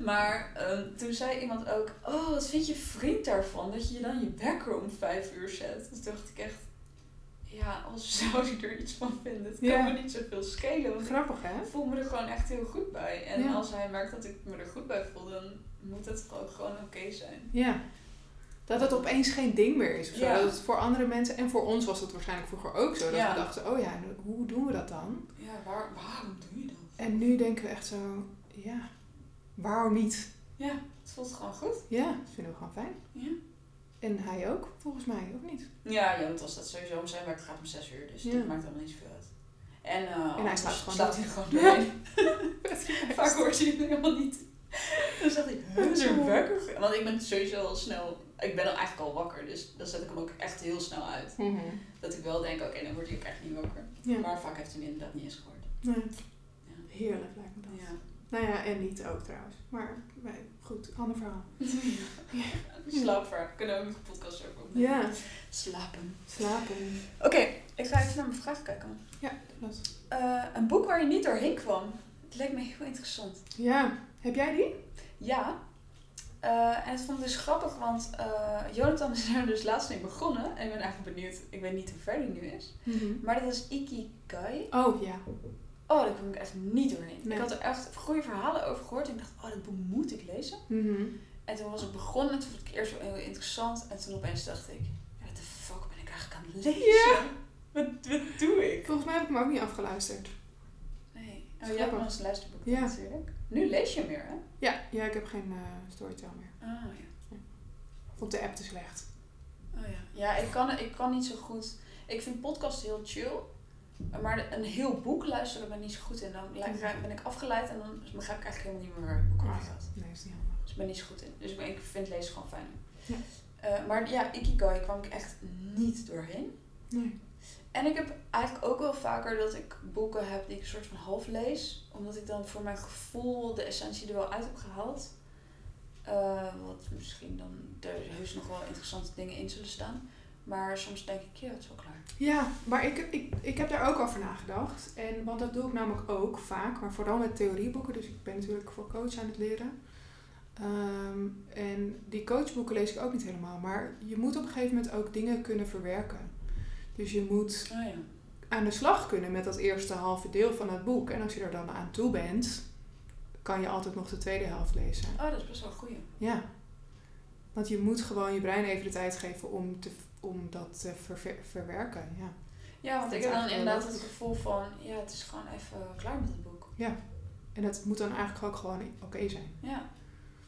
[SPEAKER 1] Maar ehm, toen zei iemand ook, oh, wat vind je vriend daarvan dat je je dan je wekker om vijf uur zet? Dus dacht ik echt, ja, als [laughs] zou ik er iets van vinden, het kan
[SPEAKER 2] Ja.
[SPEAKER 1] me niet zoveel schelen. Want
[SPEAKER 2] Grappig hè?
[SPEAKER 1] ik voel me er gewoon echt heel goed bij. En
[SPEAKER 2] Ja.
[SPEAKER 1] als hij merkt dat ik me er goed bij voel, dan moet het gewoon, gewoon oké zijn.
[SPEAKER 2] Ja. Dat het opeens geen ding meer is. Of zo.
[SPEAKER 1] Ja.
[SPEAKER 2] Dat het voor andere mensen, en voor ons was dat waarschijnlijk vroeger ook zo. Dat
[SPEAKER 1] Ja.
[SPEAKER 2] we dachten, oh ja, en hoe doen we dat dan?
[SPEAKER 1] Ja, waar, waarom doe je dat?
[SPEAKER 2] En nu denken we echt zo, ja, waarom niet?
[SPEAKER 1] Ja, het voelt gewoon goed.
[SPEAKER 2] Ja, dat vinden we gewoon fijn.
[SPEAKER 1] Ja,
[SPEAKER 2] En hij ook, volgens mij, of [laughs] niet?
[SPEAKER 1] ja, ja want als dat sowieso om zijn werk gaat om zes uur, dus
[SPEAKER 2] Ja.
[SPEAKER 1] dat maakt allemaal niet zoveel uit. En, eh,
[SPEAKER 2] hij
[SPEAKER 1] anders
[SPEAKER 2] slaapt gewoon
[SPEAKER 1] slaapt
[SPEAKER 2] door.
[SPEAKER 1] hij er gewoon doorheen. [laughs] Vaak hoort je het helemaal niet. Dan zat ik, huh, is er wekker? Want ik ben sowieso al snel, ik ben al eigenlijk al wakker, dus dan zet ik hem ook echt heel snel uit.
[SPEAKER 2] Mhm.
[SPEAKER 1] Dat ik wel denk, oké, dan word ik echt niet wakker.
[SPEAKER 2] Ja,
[SPEAKER 1] Maar vaak heeft hij me inderdaad niet eens gehoord.
[SPEAKER 2] nee.
[SPEAKER 1] Ja.
[SPEAKER 2] heerlijk lijkt me dat.
[SPEAKER 1] Ja.
[SPEAKER 2] Nou ja, en niet ook trouwens. Maar nee, goed, ander verhaal.
[SPEAKER 1] [laughs] Slaapverhaal. Kunnen we ook nog een podcast over opnemen?
[SPEAKER 2] Ja,
[SPEAKER 1] Slapen.
[SPEAKER 2] slapen.
[SPEAKER 1] Oké, ik ga even naar mijn vraag kijken.
[SPEAKER 2] Doe dat.
[SPEAKER 1] Eh, een boek waar je niet doorheen kwam. Het leek me heel interessant.
[SPEAKER 2] Ja, heb jij die?
[SPEAKER 1] Ja. Eh, en het vond ik dus grappig, want eh, Jonathan is [laughs] er dus laatst mee begonnen. En ik ben eigenlijk benieuwd, ik weet niet hoe ver die nu is.
[SPEAKER 2] Mhm.
[SPEAKER 1] Maar dat is Ikigai.
[SPEAKER 2] Oh ja.
[SPEAKER 1] Oh, daar kwam ik echt niet doorheen.
[SPEAKER 2] Nee.
[SPEAKER 1] Ik had er echt goede verhalen over gehoord. En ik dacht, oh, dat boek moet ik lezen.
[SPEAKER 2] Mhm.
[SPEAKER 1] En toen was ik begonnen. En toen vond ik het eerst wel heel interessant. En toen opeens dacht ik, ja, what the fuck ben ik eigenlijk aan het lezen?
[SPEAKER 2] Ja.
[SPEAKER 1] [laughs] Wat, wat doe ik?
[SPEAKER 2] Volgens mij heb ik hem ook niet afgeluisterd.
[SPEAKER 1] Nee. Oh, jij
[SPEAKER 2] Dat is
[SPEAKER 1] hebt
[SPEAKER 2] grappig.
[SPEAKER 1] wel eens een luisterboek
[SPEAKER 2] Ja.
[SPEAKER 1] natuurlijk. Nu lees je meer, hè?
[SPEAKER 2] Ja, ja ik heb geen eh storytel meer.
[SPEAKER 1] Oh, ja.
[SPEAKER 2] Vond de app te slecht.
[SPEAKER 1] Oh ja. Ja, ik kan, ik kan niet zo goed. Ik vind podcasts heel chill. Maar een heel boek luisteren ben ik niet zo goed in. Dan li- ra- ben ik afgeleid en dan begrijp ik eigenlijk helemaal niet meer waar het boek over gaat.
[SPEAKER 2] Nee, is niet handig.
[SPEAKER 1] Dus ik ben niet zo goed in. Dus ik, ben- ik vind lezen gewoon fijn.
[SPEAKER 2] Ja.
[SPEAKER 1] Eh, maar ja, Ikigai kwam ik echt niet doorheen.
[SPEAKER 2] Nee.
[SPEAKER 1] En ik heb eigenlijk ook wel vaker dat ik boeken heb die ik soort van half lees. Omdat ik dan voor mijn gevoel de essentie er wel uit heb gehaald. Eh, wat misschien dan er heus nog wel interessante dingen in zullen staan. Maar soms denk ik, ja, het is wel klaar.
[SPEAKER 2] Ja, maar ik, ik, ik heb daar ook over nagedacht. En, want dat doe ik namelijk ook vaak, maar vooral met theorieboeken. Dus ik ben natuurlijk voor coach aan het leren. Ehm, en die coachboeken lees ik ook niet helemaal. Maar je moet op een gegeven moment ook dingen kunnen verwerken. Dus je moet
[SPEAKER 1] Oh ja.
[SPEAKER 2] aan de slag kunnen met dat eerste halve deel van het boek. En als je er dan aan toe bent, kan je altijd nog de tweede helft lezen.
[SPEAKER 1] Oh, dat is best wel een goeie.
[SPEAKER 2] Ja. Want je moet gewoon je brein even de tijd geven om, te, om dat te verver- verwerken. Ja.
[SPEAKER 1] Ja, want ik
[SPEAKER 2] Dat is
[SPEAKER 1] heb dan
[SPEAKER 2] eigenlijk wel
[SPEAKER 1] inderdaad
[SPEAKER 2] dat.
[SPEAKER 1] het gevoel van, ja, het is gewoon even klaar met het boek.
[SPEAKER 2] En dat moet dan eigenlijk ook gewoon oké zijn.
[SPEAKER 1] Ja,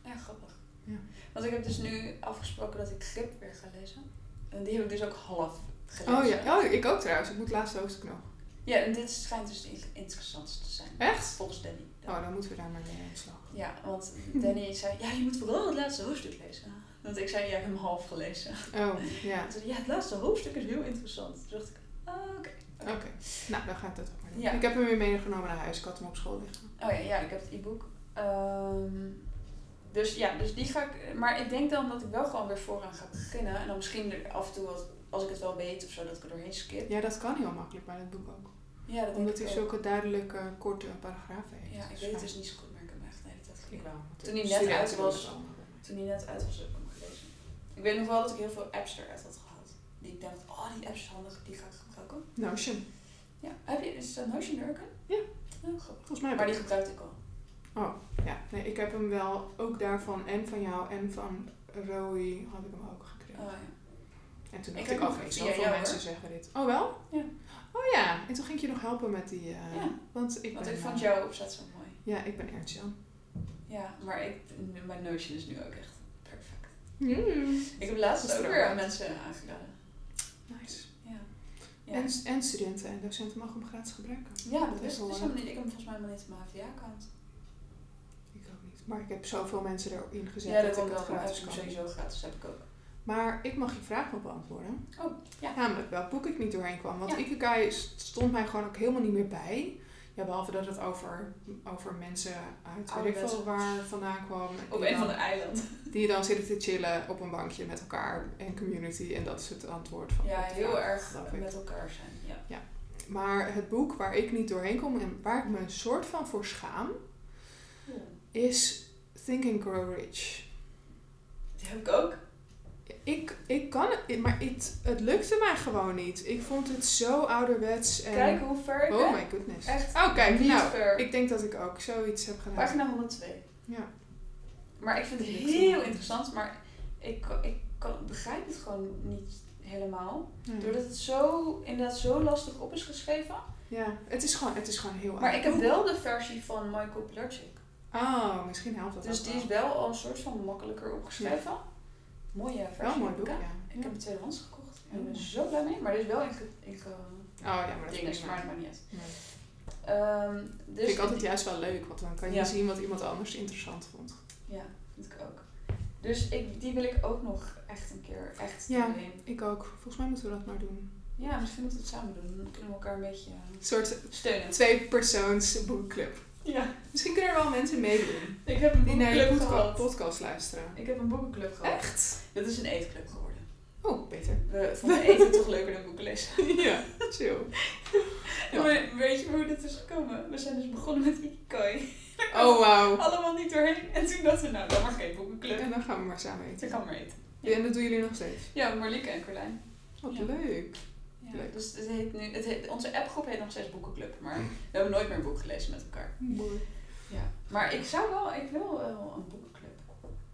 [SPEAKER 1] ja grappig.
[SPEAKER 2] Ja.
[SPEAKER 1] Want ik heb dus nu afgesproken dat ik Grip weer ga lezen. En die heb ik dus ook half gelezen.
[SPEAKER 2] Oh ja, oh, ik ook trouwens. Ik moet het laatste hoofdstuk nog.
[SPEAKER 1] Ja, en dit schijnt dus het interessantste te zijn.
[SPEAKER 2] Echt?
[SPEAKER 1] Volgens Danny.
[SPEAKER 2] Oh, dan moeten we daar maar mee aan de slag.
[SPEAKER 1] Ja, want Danny [laughs] zei, ja, je moet vooral het laatste hoofdstuk lezen. Want ik zei, ja, ik heb hem half gelezen.
[SPEAKER 2] Oh,
[SPEAKER 1] [laughs]
[SPEAKER 2] ja.
[SPEAKER 1] Toen zei hij, ja, het laatste hoofdstuk is heel interessant. Toen dacht ik, ah, oké.
[SPEAKER 2] Oké. Nou, dan ga ik dat ook maar doen.
[SPEAKER 1] Ja.
[SPEAKER 2] Ik heb hem weer meegenomen naar huis. Ik had hem op school liggen.
[SPEAKER 1] Oh ja, ja, ik heb het e-book. Ehm, dus ja, dus die ga ik. Maar ik denk dan dat ik wel gewoon weer vooraan ga beginnen. En dan misschien er af en toe wat, als ik het wel weet of zo, dat ik er doorheen skip.
[SPEAKER 2] Ja, dat kan heel makkelijk bij dat boek ook.
[SPEAKER 1] Ja, dat
[SPEAKER 2] Omdat
[SPEAKER 1] denk
[SPEAKER 2] hij
[SPEAKER 1] ik ook.
[SPEAKER 2] zulke duidelijke, korte paragrafen heeft.
[SPEAKER 1] Ja, ik
[SPEAKER 2] Dus
[SPEAKER 1] weet het
[SPEAKER 2] fijn.
[SPEAKER 1] dus niet zo goed, maar ik heb hem echt de hele tijd
[SPEAKER 2] Ik
[SPEAKER 1] gelezen.
[SPEAKER 2] wel. want
[SPEAKER 1] Toen hij
[SPEAKER 2] de
[SPEAKER 1] net
[SPEAKER 2] studenten
[SPEAKER 1] uit
[SPEAKER 2] doen
[SPEAKER 1] was.
[SPEAKER 2] het allemaal.
[SPEAKER 1] Toen die net uit was, heb ik hem gelezen. Ik weet nog wel dat ik heel veel apps eruit had gehaald. Die ik dacht, oh, die app is handig, die ga ik gebruiken.
[SPEAKER 2] Notion.
[SPEAKER 1] Ja, heb je, is een Notion er ook in?
[SPEAKER 2] Ja.
[SPEAKER 1] Oh, grappig.
[SPEAKER 2] Volgens mij heb
[SPEAKER 1] Maar
[SPEAKER 2] ik
[SPEAKER 1] die gebruik ik al.
[SPEAKER 2] Ja, nee, ik heb hem wel ook daarvan en van jou en van Roy had ik hem ook gekregen.
[SPEAKER 1] Oh, ja.
[SPEAKER 2] En toen
[SPEAKER 1] Ik
[SPEAKER 2] dacht
[SPEAKER 1] heb hem
[SPEAKER 2] ik, oh,
[SPEAKER 1] via
[SPEAKER 2] zoveel
[SPEAKER 1] jou,
[SPEAKER 2] mensen
[SPEAKER 1] hoor.
[SPEAKER 2] zeggen dit. Oh wel?
[SPEAKER 1] Ja.
[SPEAKER 2] Oh ja, en toen ging ik je nog helpen met die... eh,
[SPEAKER 1] Ja.
[SPEAKER 2] Want ik,
[SPEAKER 1] Want
[SPEAKER 2] ben,
[SPEAKER 1] ik vond
[SPEAKER 2] eh,
[SPEAKER 1] jouw opzet zo mooi.
[SPEAKER 2] Ja, ik ben Ernst Jan.
[SPEAKER 1] Ja, maar ik, mijn Notion is nu ook echt perfect.
[SPEAKER 2] Mm.
[SPEAKER 1] Hmm. Ik heb laatst
[SPEAKER 2] Dat is
[SPEAKER 1] ook
[SPEAKER 2] er
[SPEAKER 1] weer
[SPEAKER 2] ook.
[SPEAKER 1] aan mensen aangeraden.
[SPEAKER 2] Nice.
[SPEAKER 1] Ja. Ja,
[SPEAKER 2] En, en studenten en docenten mogen hem gratis gebruiken.
[SPEAKER 1] ja dat
[SPEAKER 2] Dat
[SPEAKER 1] wist
[SPEAKER 2] is
[SPEAKER 1] ik
[SPEAKER 2] wel
[SPEAKER 1] dus
[SPEAKER 2] waar.
[SPEAKER 1] helemaal niet. Ik heb hem volgens mij helemaal niet op mijn HVA-kant.
[SPEAKER 2] Ik ook niet. Maar ik heb zoveel mensen erop ingezet
[SPEAKER 1] Ja,
[SPEAKER 2] dat,
[SPEAKER 1] dat kan
[SPEAKER 2] ik
[SPEAKER 1] wel.
[SPEAKER 2] het
[SPEAKER 1] Gratis
[SPEAKER 2] gratis
[SPEAKER 1] heb
[SPEAKER 2] kan.
[SPEAKER 1] ik sowieso gratis, heb ik ook.
[SPEAKER 2] Maar ik mag je vraag wel beantwoorden.
[SPEAKER 1] Oh, ja.
[SPEAKER 2] Namelijk welk boek ik niet doorheen kwam. Want
[SPEAKER 1] Ja.
[SPEAKER 2] Ikigai stond mij gewoon ook helemaal niet meer bij. Ja, behalve dat het over, over mensen uit weet
[SPEAKER 1] Oude
[SPEAKER 2] ik veel
[SPEAKER 1] mensen.
[SPEAKER 2] waar vandaan kwam.
[SPEAKER 1] Op
[SPEAKER 2] Die
[SPEAKER 1] een van
[SPEAKER 2] dan-
[SPEAKER 1] de eilanden.
[SPEAKER 2] Die dan zitten te chillen op een bankje met elkaar en community. En dat is het antwoord van
[SPEAKER 1] Ja,
[SPEAKER 2] op de
[SPEAKER 1] [laughs] heel
[SPEAKER 2] vraag,
[SPEAKER 1] erg
[SPEAKER 2] geloof ik.
[SPEAKER 1] met elkaar zijn. Ja.
[SPEAKER 2] Maar het boek waar ik niet doorheen kom en waar ik me een soort van voor schaam, is Think and Grow Rich.
[SPEAKER 1] Die heb ik ook.
[SPEAKER 2] Ik, ik kan het, maar het, het lukte mij gewoon niet. Ik vond het zo ouderwets. En,
[SPEAKER 1] Kijk hoe ver ik
[SPEAKER 2] oh
[SPEAKER 1] ben.
[SPEAKER 2] my goodness.
[SPEAKER 1] Echt
[SPEAKER 2] Oh, kijk,
[SPEAKER 1] niet
[SPEAKER 2] nou,
[SPEAKER 1] ver.
[SPEAKER 2] ik denk dat ik ook zoiets heb gedaan.
[SPEAKER 1] Pagina 102.
[SPEAKER 2] Ja.
[SPEAKER 1] Maar ik vind het
[SPEAKER 2] Die lukt
[SPEAKER 1] heel
[SPEAKER 2] niet.
[SPEAKER 1] interessant, maar ik, ik kan, begrijp het gewoon niet helemaal.
[SPEAKER 2] Nee.
[SPEAKER 1] Doordat het zo, inderdaad zo lastig op is geschreven.
[SPEAKER 2] Ja, het is gewoon, het is gewoon heel
[SPEAKER 1] Maar
[SPEAKER 2] oud
[SPEAKER 1] ik heb
[SPEAKER 2] boek.
[SPEAKER 1] wel de versie van Michael Pilarczyk.
[SPEAKER 2] Oh, misschien helpt dat
[SPEAKER 1] Dus
[SPEAKER 2] ook
[SPEAKER 1] die
[SPEAKER 2] wel.
[SPEAKER 1] is wel al een soort van makkelijker opgeschreven. Mooie versie.
[SPEAKER 2] wel een mooi
[SPEAKER 1] heb ik,
[SPEAKER 2] boek,
[SPEAKER 1] hè?
[SPEAKER 2] ja.
[SPEAKER 1] Ik heb het tweedehands gekocht. en Ik ben
[SPEAKER 2] Ja.
[SPEAKER 1] er zo blij mee. Maar er is wel in, ge- in ge-
[SPEAKER 2] Ja. Oh ja, maar dat
[SPEAKER 1] dinges,
[SPEAKER 2] is
[SPEAKER 1] maar dat
[SPEAKER 2] prima.
[SPEAKER 1] maakt niet uit.
[SPEAKER 2] Nee.
[SPEAKER 1] Ehm, dus
[SPEAKER 2] vind ik altijd juist wel leuk, want dan kan je
[SPEAKER 1] Ja.
[SPEAKER 2] zien wat iemand anders interessant vond.
[SPEAKER 1] Ja, vind ik ook. Dus ik, die wil ik ook nog echt een keer echt
[SPEAKER 2] Ja.
[SPEAKER 1] doorheen.
[SPEAKER 2] Ik ook. Volgens mij moeten we dat maar doen.
[SPEAKER 1] Ja, misschien moeten we het samen doen. Dan kunnen we elkaar een beetje eh,
[SPEAKER 2] Een soort
[SPEAKER 1] steunen.
[SPEAKER 2] twee-persoons boekclub.
[SPEAKER 1] Ja,
[SPEAKER 2] Misschien kunnen er wel mensen meedoen
[SPEAKER 1] ik heb een
[SPEAKER 2] die naar je
[SPEAKER 1] boekenclub
[SPEAKER 2] podca-
[SPEAKER 1] gehad.
[SPEAKER 2] podcast luisteren.
[SPEAKER 1] Ik heb een boekenclub gehad.
[SPEAKER 2] Echt?
[SPEAKER 1] Dit is een eetclub geworden. [laughs]
[SPEAKER 2] Oh, beter.
[SPEAKER 1] We vonden eten toch leuker dan boeken lezen. [laughs]
[SPEAKER 2] ja, chill. Ja.
[SPEAKER 1] Maar weet je hoe dit is gekomen? We zijn dus begonnen met Ikikai.
[SPEAKER 2] Oh, wauw.
[SPEAKER 1] Allemaal niet doorheen. En toen dachten we, nou, dan maar geen boekenclub.
[SPEAKER 2] En dan gaan we maar samen eten.
[SPEAKER 1] Toen gaan we maar eten.
[SPEAKER 2] Ja, en dat doen jullie nog steeds.
[SPEAKER 1] Ja, Marlieke en Carlijn.
[SPEAKER 2] Wat
[SPEAKER 1] Ja.
[SPEAKER 2] leuk.
[SPEAKER 1] Ja,
[SPEAKER 2] Leuk.
[SPEAKER 1] Dus het heet nu, het heet, onze appgroep heet nog steeds Boekenclub. Maar we hebben nooit meer een boek gelezen met elkaar.
[SPEAKER 2] Mooi.
[SPEAKER 1] Ja. Maar ik zou wel, ik wil wel een boekenclub.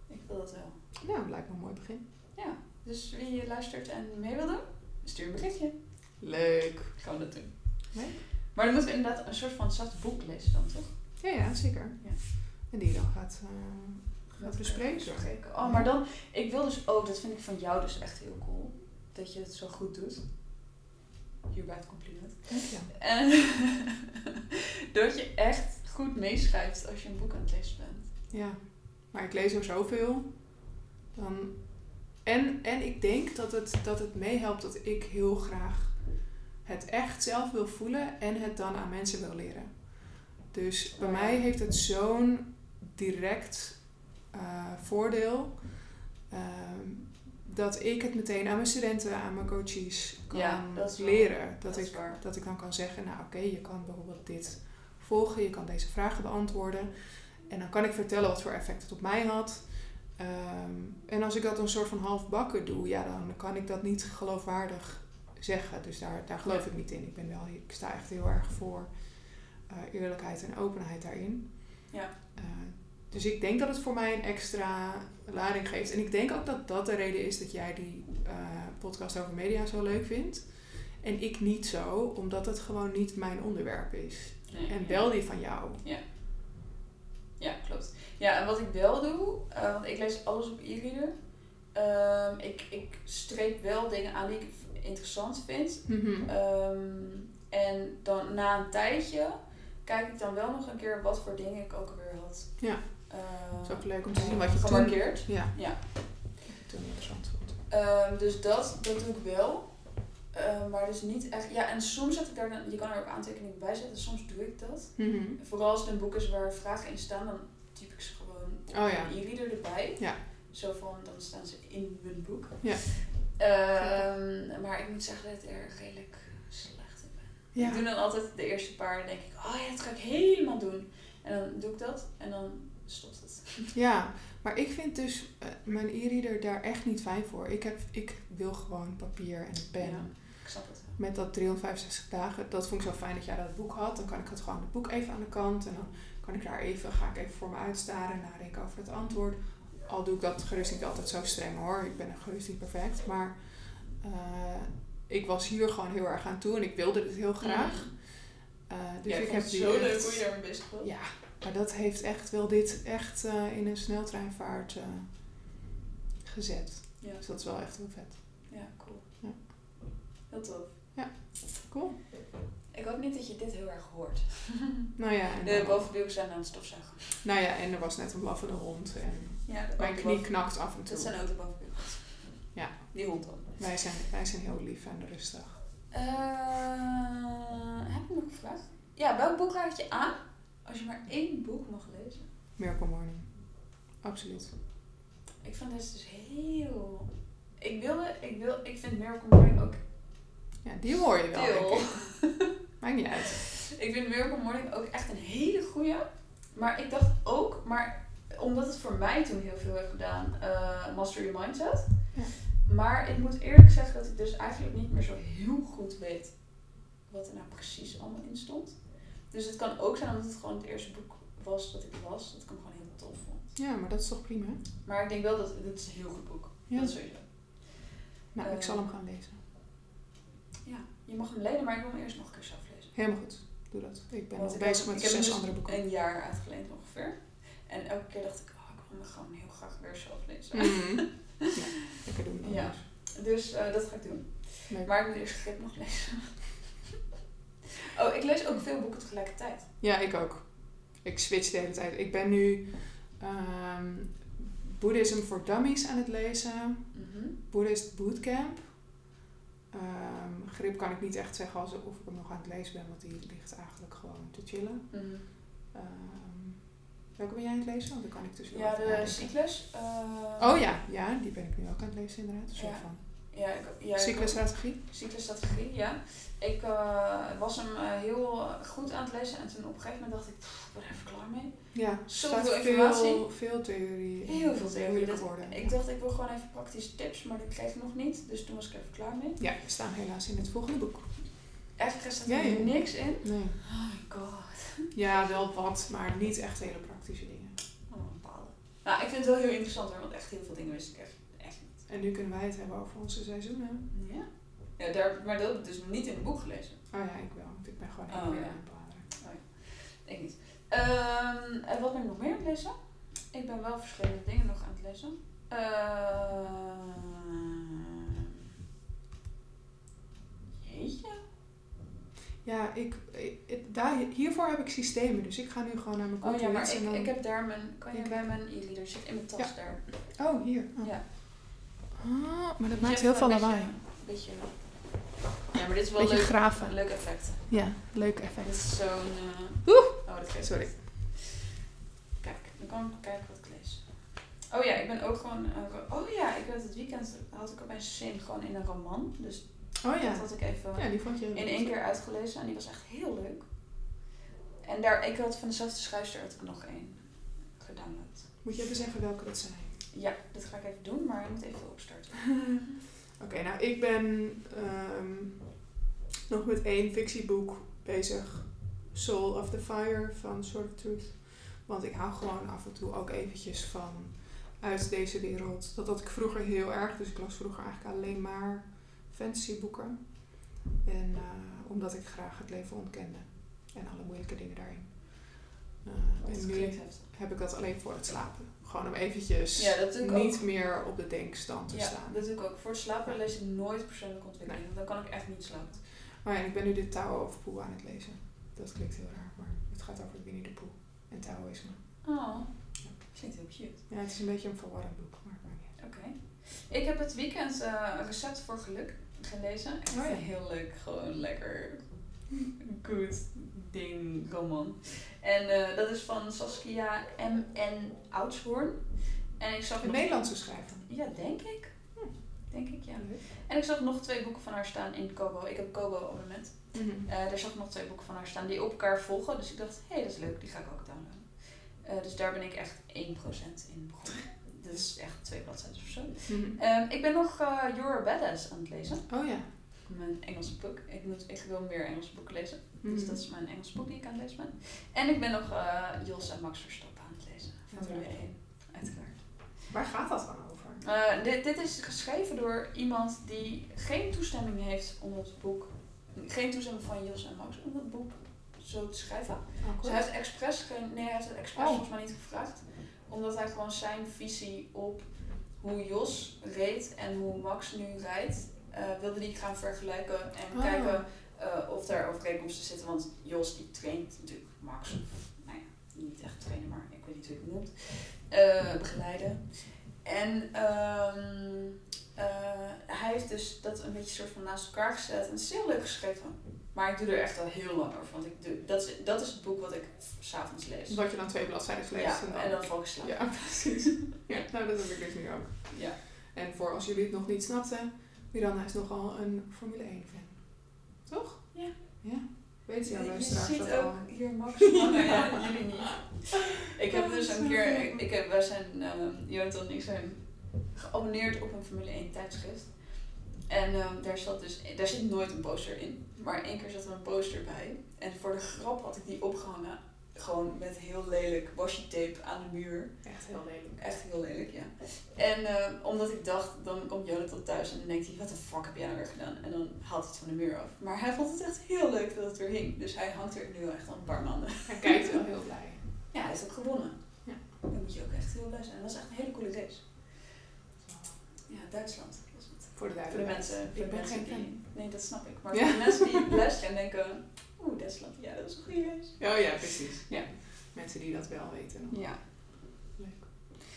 [SPEAKER 1] Ik wil dat wel.
[SPEAKER 2] Nou, dat lijkt me een mooi begin.
[SPEAKER 1] Ja. Dus wie luistert en mee wil doen, stuur een berichtje.
[SPEAKER 2] Leuk.
[SPEAKER 1] Gaan we dat doen.
[SPEAKER 2] Leuk.
[SPEAKER 1] Maar dan moeten we inderdaad een soort van zacht boek lezen dan, toch?
[SPEAKER 2] Ja, ja, zeker.
[SPEAKER 1] Ja.
[SPEAKER 2] En die je dan gaat, eh, gaat bespreken.
[SPEAKER 1] Spreken. Oh, maar dan, ik wil dus ook, dat vind ik van jou dus echt heel cool, dat je het zo goed doet. Hierbij het compliment.
[SPEAKER 2] Dank je.
[SPEAKER 1] En [laughs] dat je echt goed meeschrijft als je een boek aan het lezen bent.
[SPEAKER 2] Ja, maar ik lees er zoveel. Dan... En, en ik denk dat het, dat het meehelpt dat ik heel graag het echt zelf wil voelen en het dan aan mensen wil leren. Dus bij
[SPEAKER 1] Ja.
[SPEAKER 2] mij heeft het zo'n direct eh, voordeel ehm, dat ik het meteen aan mijn studenten, aan mijn coaches kan
[SPEAKER 1] Ja, dat is waar.
[SPEAKER 2] leren. Dat,
[SPEAKER 1] Dat is
[SPEAKER 2] ik,
[SPEAKER 1] waar.
[SPEAKER 2] dat ik dan kan zeggen, nou oké, je kan bijvoorbeeld dit volgen, je kan deze vragen beantwoorden. En dan kan ik vertellen wat voor effect het op mij had. Ehm, en als ik dat een soort van halfbakken doe, ja, dan kan ik dat niet geloofwaardig zeggen. Dus daar, daar geloof
[SPEAKER 1] Ja.
[SPEAKER 2] ik niet in. Ik, ben wel, ik sta echt heel erg voor eh, eerlijkheid en openheid daarin.
[SPEAKER 1] Ja.
[SPEAKER 2] Eh, dus ik denk dat het voor mij een extra lading geeft. En ik denk ook dat dat de reden is dat jij die eh, podcast over media zo leuk vindt. En ik niet zo, omdat het gewoon niet mijn onderwerp is.
[SPEAKER 1] Nee,
[SPEAKER 2] En
[SPEAKER 1] ja.
[SPEAKER 2] wel die van jou.
[SPEAKER 1] Ja, klopt. Ja, en wat ik wel doe, eh, want ik lees alles op e-reader. Ehm, ik, ik streep wel dingen aan die ik v- interessant vind.
[SPEAKER 2] Eh,
[SPEAKER 1] Ehm, en dan na een tijdje kijk ik dan wel nog een keer wat voor dingen ik ook weer had.
[SPEAKER 2] Ja.
[SPEAKER 1] Eh,
[SPEAKER 2] Het is ook leuk om te zien wat je toen,
[SPEAKER 1] gemarkeerd.
[SPEAKER 2] ja,
[SPEAKER 1] Ja.
[SPEAKER 2] toen interessant vond.
[SPEAKER 1] Ehm, dus dat, dat doe ik wel. Ehm, maar dus niet echt. Ja, en soms zet ik daar dan. Je kan er ook aantekeningen bij zetten, soms doe ik dat. Vooral als het een boek is waar vragen in staan, dan typ ik ze gewoon
[SPEAKER 2] Oh ja.
[SPEAKER 1] in ieder erbij.
[SPEAKER 2] Ja.
[SPEAKER 1] Zo van, dan staan ze in mijn boek.
[SPEAKER 2] Ja.
[SPEAKER 1] Ehm, maar ik moet zeggen dat ik er redelijk slecht in ben.
[SPEAKER 2] Ja.
[SPEAKER 1] Ik doe dan altijd de eerste paar en denk ik, oh ja, dat ga ik helemaal doen. En dan doe ik dat en dan stopt het.
[SPEAKER 2] ja, maar ik vind dus eh, mijn e-reader daar echt niet fijn voor. Ik, heb, ik wil gewoon papier en een pen.
[SPEAKER 1] Ja, ik snap het. wel.
[SPEAKER 2] Met dat 365 dagen, dat vond ik zo fijn dat jij dat boek had. Dan kan ik het gewoon het boek even aan de kant. En dan kan ik daar even, ga ik even voor me uitstaren en nadenken over het antwoord. Al doe ik dat gerust niet altijd zo streng hoor. Ik ben gerust niet perfect. Maar eh, ik was hier gewoon heel erg aan toe en ik wilde dit heel graag. Eh, dus
[SPEAKER 1] Ja,
[SPEAKER 2] ik
[SPEAKER 1] vond
[SPEAKER 2] heb
[SPEAKER 1] het
[SPEAKER 2] die
[SPEAKER 1] zo
[SPEAKER 2] echt-
[SPEAKER 1] leuk hoe je daarmee bezig was.
[SPEAKER 2] Ja, maar dat heeft echt wel dit echt eh, in een sneltreinvaart eh, gezet.
[SPEAKER 1] Ja.
[SPEAKER 2] Dus dat is wel echt heel vet.
[SPEAKER 1] Ja, cool.
[SPEAKER 2] Ja.
[SPEAKER 1] Heel tof.
[SPEAKER 2] Cool.
[SPEAKER 1] Ik hoop niet dat je dit heel erg hoort.
[SPEAKER 2] Nou ja, en,
[SPEAKER 1] De
[SPEAKER 2] dan-
[SPEAKER 1] bovenbuik zijn aan het stofzuigen.
[SPEAKER 2] nou ja, en er was net een blaffende hond. En
[SPEAKER 1] Ja,
[SPEAKER 2] mijn knie knakt af en
[SPEAKER 1] Dat
[SPEAKER 2] toe.
[SPEAKER 1] zijn ook de bovenbuurmannen.
[SPEAKER 2] Ja.
[SPEAKER 1] Die hond dan.
[SPEAKER 2] Wij zijn, wij zijn heel lief en rustig.
[SPEAKER 1] Eh, heb ik nog een vraag? Ja, welk boek raad je aan als je maar één boek mag lezen?
[SPEAKER 2] Miracle Morning. Absoluut.
[SPEAKER 1] Ik vind deze dus heel... Ik wilde, ik wil, ik vind Miracle Morning ook
[SPEAKER 2] Ja, die hoor je wel. denk
[SPEAKER 1] heel.
[SPEAKER 2] ik. [laughs] Maakt niet uit.
[SPEAKER 1] Ik vind Miracle Morning ook echt een hele goeie. Maar ik dacht ook, maar omdat het voor mij toen heel veel heeft gedaan, eh, Master Your Mindset.
[SPEAKER 2] Ja.
[SPEAKER 1] Maar ik moet eerlijk zeggen dat ik dus eigenlijk niet meer zo heel goed weet wat er nou precies allemaal in stond. Dus het kan ook zijn omdat het gewoon het eerste boek was dat ik las, dat ik hem gewoon heel tof vond.
[SPEAKER 2] Ja, maar dat is toch prima?
[SPEAKER 1] Maar ik denk wel dat dit is een heel goed boek.
[SPEAKER 2] Ja.
[SPEAKER 1] Dat is sowieso.
[SPEAKER 2] Nou, ik
[SPEAKER 1] Eh.
[SPEAKER 2] zal hem gaan lezen.
[SPEAKER 1] Ja, je mag hem lenen, maar ik wil hem eerst nog een keer zelf lezen.
[SPEAKER 2] Helemaal goed. Doe dat. Ik ben
[SPEAKER 1] Want
[SPEAKER 2] nog
[SPEAKER 1] ik
[SPEAKER 2] bezig
[SPEAKER 1] heb-
[SPEAKER 2] met
[SPEAKER 1] ik heb
[SPEAKER 2] zes
[SPEAKER 1] dus
[SPEAKER 2] andere boeken.
[SPEAKER 1] Een jaar uitgeleend ongeveer. En elke keer dacht ik, oh, ik wil hem gewoon heel graag weer zelf lezen. [laughs]
[SPEAKER 2] Mhm. Ja, lekker doen. dan
[SPEAKER 1] Ja.
[SPEAKER 2] dus.
[SPEAKER 1] Dus eh, dat ga ik doen.
[SPEAKER 2] Leuk.
[SPEAKER 1] Maar ik moet eerst grip nog lezen. [laughs] oh, ik lees ook veel boeken tegelijkertijd.
[SPEAKER 2] Ja, ik ook. Ik switch de hele tijd. Ik ben nu ehm Buddhism for Dummies aan het lezen.
[SPEAKER 1] Mhm.
[SPEAKER 2] Buddhist Bootcamp. Ehm, grip kan ik niet echt zeggen als, of ik hem nog aan het lezen ben, want die ligt eigenlijk gewoon te chillen.
[SPEAKER 1] Mhm.
[SPEAKER 2] Ehm, welke ben jij aan het lezen? Want dan kan ik dus heel
[SPEAKER 1] Ja,
[SPEAKER 2] even
[SPEAKER 1] de
[SPEAKER 2] nadenken.
[SPEAKER 1] cyclus. eh,
[SPEAKER 2] Oh ja, ja, die ben ik nu ook aan het lezen inderdaad. Een soort
[SPEAKER 1] Ja.
[SPEAKER 2] van
[SPEAKER 1] ja, ik, ja, ik-
[SPEAKER 2] cyclusstrategie.
[SPEAKER 1] cyclusstrategie, ja. Ik eh, was hem eh, heel goed aan het lezen en toen op een gegeven moment dacht ik, "Pff, ik ben er even klaar mee.
[SPEAKER 2] Ja,
[SPEAKER 1] Zoveel
[SPEAKER 2] staat Veel,
[SPEAKER 1] informatie.
[SPEAKER 2] veel theorie. en
[SPEAKER 1] Heel veel theorie.
[SPEAKER 2] moeilijke
[SPEAKER 1] Dat-
[SPEAKER 2] woorden.
[SPEAKER 1] Ik dacht, ik wil gewoon even praktische tips, maar dat kreeg ik nog niet. Dus toen was ik er even klaar mee.
[SPEAKER 2] Ja, we staan helaas in het volgende boek.
[SPEAKER 1] Echt, er staat
[SPEAKER 2] Ja, ja.
[SPEAKER 1] er niks in.
[SPEAKER 2] Nee.
[SPEAKER 1] Oh my god.
[SPEAKER 2] Ja, wel wat, maar niet echt hele praktische dingen.
[SPEAKER 1] Oh, bepalen. Nou, ik vind het wel heel interessant hoor, want echt heel veel dingen wist ik echt, echt niet.
[SPEAKER 2] En nu kunnen wij het hebben over onze seizoenen.
[SPEAKER 1] Ja? ja daar, maar dat heb ik dus niet in het boek gelezen.
[SPEAKER 2] Oh ja, ik wel, want ik ben gewoon
[SPEAKER 1] Oh,
[SPEAKER 2] helemaal
[SPEAKER 1] ja.
[SPEAKER 2] aan het bladeren.
[SPEAKER 1] Ik niet. Ehm, en wat ben ik nog meer aan het lezen? Ik ben wel verschillende dingen nog aan het lezen. Ehm. jeetje.
[SPEAKER 2] Ja, ik, ik- ik- daar, hiervoor heb ik systemen, dus ik ga nu gewoon naar mijn
[SPEAKER 1] Oh
[SPEAKER 2] computer.
[SPEAKER 1] ja, maar ik, ik heb daar mijn... Kan je
[SPEAKER 2] Ik-
[SPEAKER 1] bij mijn e-leader zit in mijn tas
[SPEAKER 2] Ja.
[SPEAKER 1] daar.
[SPEAKER 2] Oh, hier. Oh.
[SPEAKER 1] Ja.
[SPEAKER 2] Ah, maar dat
[SPEAKER 1] Dus
[SPEAKER 2] maakt
[SPEAKER 1] je
[SPEAKER 2] heel
[SPEAKER 1] hebt
[SPEAKER 2] veel
[SPEAKER 1] wel een
[SPEAKER 2] lawaai.
[SPEAKER 1] beetje- Beetje, Ja, maar dit is wel
[SPEAKER 2] Beetje
[SPEAKER 1] leuk,
[SPEAKER 2] graven.
[SPEAKER 1] leuk effect.
[SPEAKER 2] Ja, leuk
[SPEAKER 1] Dit
[SPEAKER 2] effect.
[SPEAKER 1] is zo'n... eh, Oh, dat geeft
[SPEAKER 2] Sorry.
[SPEAKER 1] Kijk, dan kan ik kijken wat ik lees. Oh ja, ik ben ook gewoon... eh, oh ja, ik had het weekend had ik opeens zin gewoon in een roman. Dus
[SPEAKER 2] Oh
[SPEAKER 1] dat
[SPEAKER 2] ja.
[SPEAKER 1] had ik even
[SPEAKER 2] Ja, die vond je...
[SPEAKER 1] in één keer uitgelezen. En die was echt heel leuk. En daar, ik had van dezelfde schrijfster had ik nog één gedownload.
[SPEAKER 2] Moet je even zeggen welke dat zijn?
[SPEAKER 1] Ja, dat ga ik even doen, maar ik moet even opstarten.
[SPEAKER 2] Oké, nou ik ben ehm, nog met één fictieboek bezig. Soul of the Fire van Sword of Truth. Want ik hou gewoon af en toe ook eventjes van uit deze wereld. Dat had ik vroeger heel erg. Dus ik las vroeger eigenlijk alleen maar fantasyboeken. En eh, omdat ik graag het leven ontkende. En alle moeilijke dingen daarin. Eh,
[SPEAKER 1] Wat
[SPEAKER 2] en
[SPEAKER 1] het
[SPEAKER 2] nu
[SPEAKER 1] klinkt heeft.
[SPEAKER 2] heb ik dat alleen voor het slapen. Gewoon om eventjes
[SPEAKER 1] Ja, dat doe ik
[SPEAKER 2] Dus niet
[SPEAKER 1] ook.
[SPEAKER 2] meer op de denkstand te
[SPEAKER 1] Ja,
[SPEAKER 2] staan.
[SPEAKER 1] dat doe ik ook. Voor het slapen lees ik nooit persoonlijke ontwikkeling. Want dan kan ik echt niet slapen.
[SPEAKER 2] Maar Oh ja, en ik ben nu de Tao over Poe aan het lezen. Dat klinkt heel raar, maar het gaat over Winnie de Poe en Taoïsme.
[SPEAKER 1] Oh, klinkt heel cute.
[SPEAKER 2] Ja, het is een beetje een verwarrend boek, maar het maakt niet uit.
[SPEAKER 1] Oké. Ik heb het weekend eh, een recept voor geluk gelezen. Echt
[SPEAKER 2] Oh ja.
[SPEAKER 1] een heel leuk, gewoon lekker good ding, roman. En eh, dat is van Saskia M.N. Oudshoorn. En ik zag
[SPEAKER 2] Een
[SPEAKER 1] nog...
[SPEAKER 2] Nederlandse schrijver.
[SPEAKER 1] Ja, denk ik.
[SPEAKER 2] Hm.
[SPEAKER 1] Denk ik, ja.
[SPEAKER 2] Leuk.
[SPEAKER 1] En ik zag nog twee boeken van haar staan in Kobo. Ik heb Kobo op het moment.
[SPEAKER 2] Mhm.
[SPEAKER 1] Eh, daar zag ik nog twee boeken van haar staan die op elkaar volgen. Dus ik dacht, hé, hey, dat is leuk, die ga ik ook downloaden. Eh, dus daar ben ik echt 1% in begonnen. Dat is echt twee bladzijden of zo.
[SPEAKER 2] Mhm.
[SPEAKER 1] Ehm, ik ben nog eh You're a Badass aan het lezen.
[SPEAKER 2] Oh ja.
[SPEAKER 1] Mijn Engelse boek. Ik, moet, ik wil meer Engelse boeken lezen. Dus
[SPEAKER 2] Mhm.
[SPEAKER 1] dat is mijn Engelse boek die ik aan het lezen ben. En ik ben nog eh, Jos en Max Verstappen aan het lezen. Van
[SPEAKER 2] Oké.
[SPEAKER 1] Formule 1, uiteraard.
[SPEAKER 2] Waar gaat dat dan over?
[SPEAKER 1] Eh, dit, dit is geschreven door iemand die geen toestemming heeft om het boek... Geen toestemming van Jos en Max om het boek zo te schrijven. Dus hij heeft expres geen, nee, hij heeft het expres
[SPEAKER 2] Oh.
[SPEAKER 1] volgens mij niet gevraagd. Omdat hij gewoon zijn visie op hoe Jos reed en hoe Max nu rijdt, eh, wilde die gaan vergelijken en
[SPEAKER 2] Oh.
[SPEAKER 1] kijken eh, of daar overeenkomsten zitten. Want Jos die traint natuurlijk Max, of, nou ja, niet echt trainen, maar ik weet niet hoe je het noemt, eh, begeleiden. En ehm, eh, hij heeft dus dat een beetje soort van naast elkaar gezet. En het is heel leuk geschreven. Maar ik doe er echt al heel lang over. Want ik doe, dat, is, dat is het boek wat ik s'avonds lees.
[SPEAKER 2] Dat je dan twee bladzijden leest
[SPEAKER 1] Ja, en dan val ik in slaap. [laughs]
[SPEAKER 2] Ja, precies. Ja, nou dat heb ik dus nu ook.
[SPEAKER 1] Ja.
[SPEAKER 2] En voor als jullie het nog niet snapten, Miranda is nogal een Formule 1 fan. Toch?
[SPEAKER 1] Ja.
[SPEAKER 2] Ja. Weet je,
[SPEAKER 1] Je-
[SPEAKER 2] al
[SPEAKER 1] je
[SPEAKER 2] luisteraars
[SPEAKER 1] ziet
[SPEAKER 2] dat
[SPEAKER 1] ook
[SPEAKER 2] al?
[SPEAKER 1] hier Max [laughs] hangen en jullie niet. Ik heb dus een keer, ik, ik heb, wij zijn, ehm Jonathan en ik zijn geabonneerd op een Formule 1 tijdschrift. En ehm, daar, zat dus, daar zit nooit een poster in. Maar één keer zat er een poster bij. En voor de grap had ik die opgehangen. Gewoon met heel lelijk washi tape aan de muur.
[SPEAKER 2] Echt heel lelijk.
[SPEAKER 1] Echt heel lelijk, ja. En eh, omdat ik dacht, dan komt Jonathan thuis en dan denkt hij, wat de fuck heb jij nou weer gedaan? En dan haalt hij het van de muur af. Maar hij vond het echt heel leuk dat het weer hing. Dus hij hangt er nu al echt al een paar maanden.
[SPEAKER 2] Hij kijkt wel heel blij.
[SPEAKER 1] Ja, hij heeft ook gewonnen.
[SPEAKER 2] Ja.
[SPEAKER 1] Dan moet je ook echt heel blij zijn. Dat was echt een hele coole race. Ja, Duitsland was het.
[SPEAKER 2] Voor
[SPEAKER 1] Voor de
[SPEAKER 2] de duidelijkheid.
[SPEAKER 1] mensen, voor
[SPEAKER 2] ik
[SPEAKER 1] de
[SPEAKER 2] ben
[SPEAKER 1] mensen
[SPEAKER 2] geen
[SPEAKER 1] die... Nee, dat snap ik. Maar
[SPEAKER 2] Ja.
[SPEAKER 1] voor de mensen die [laughs] luisteren en denken, oeh, Duitsland, ja, dat is een goede race.
[SPEAKER 2] Oh ja, precies. Ja. Mensen die dat wel weten.
[SPEAKER 1] Ja.
[SPEAKER 2] Leuk.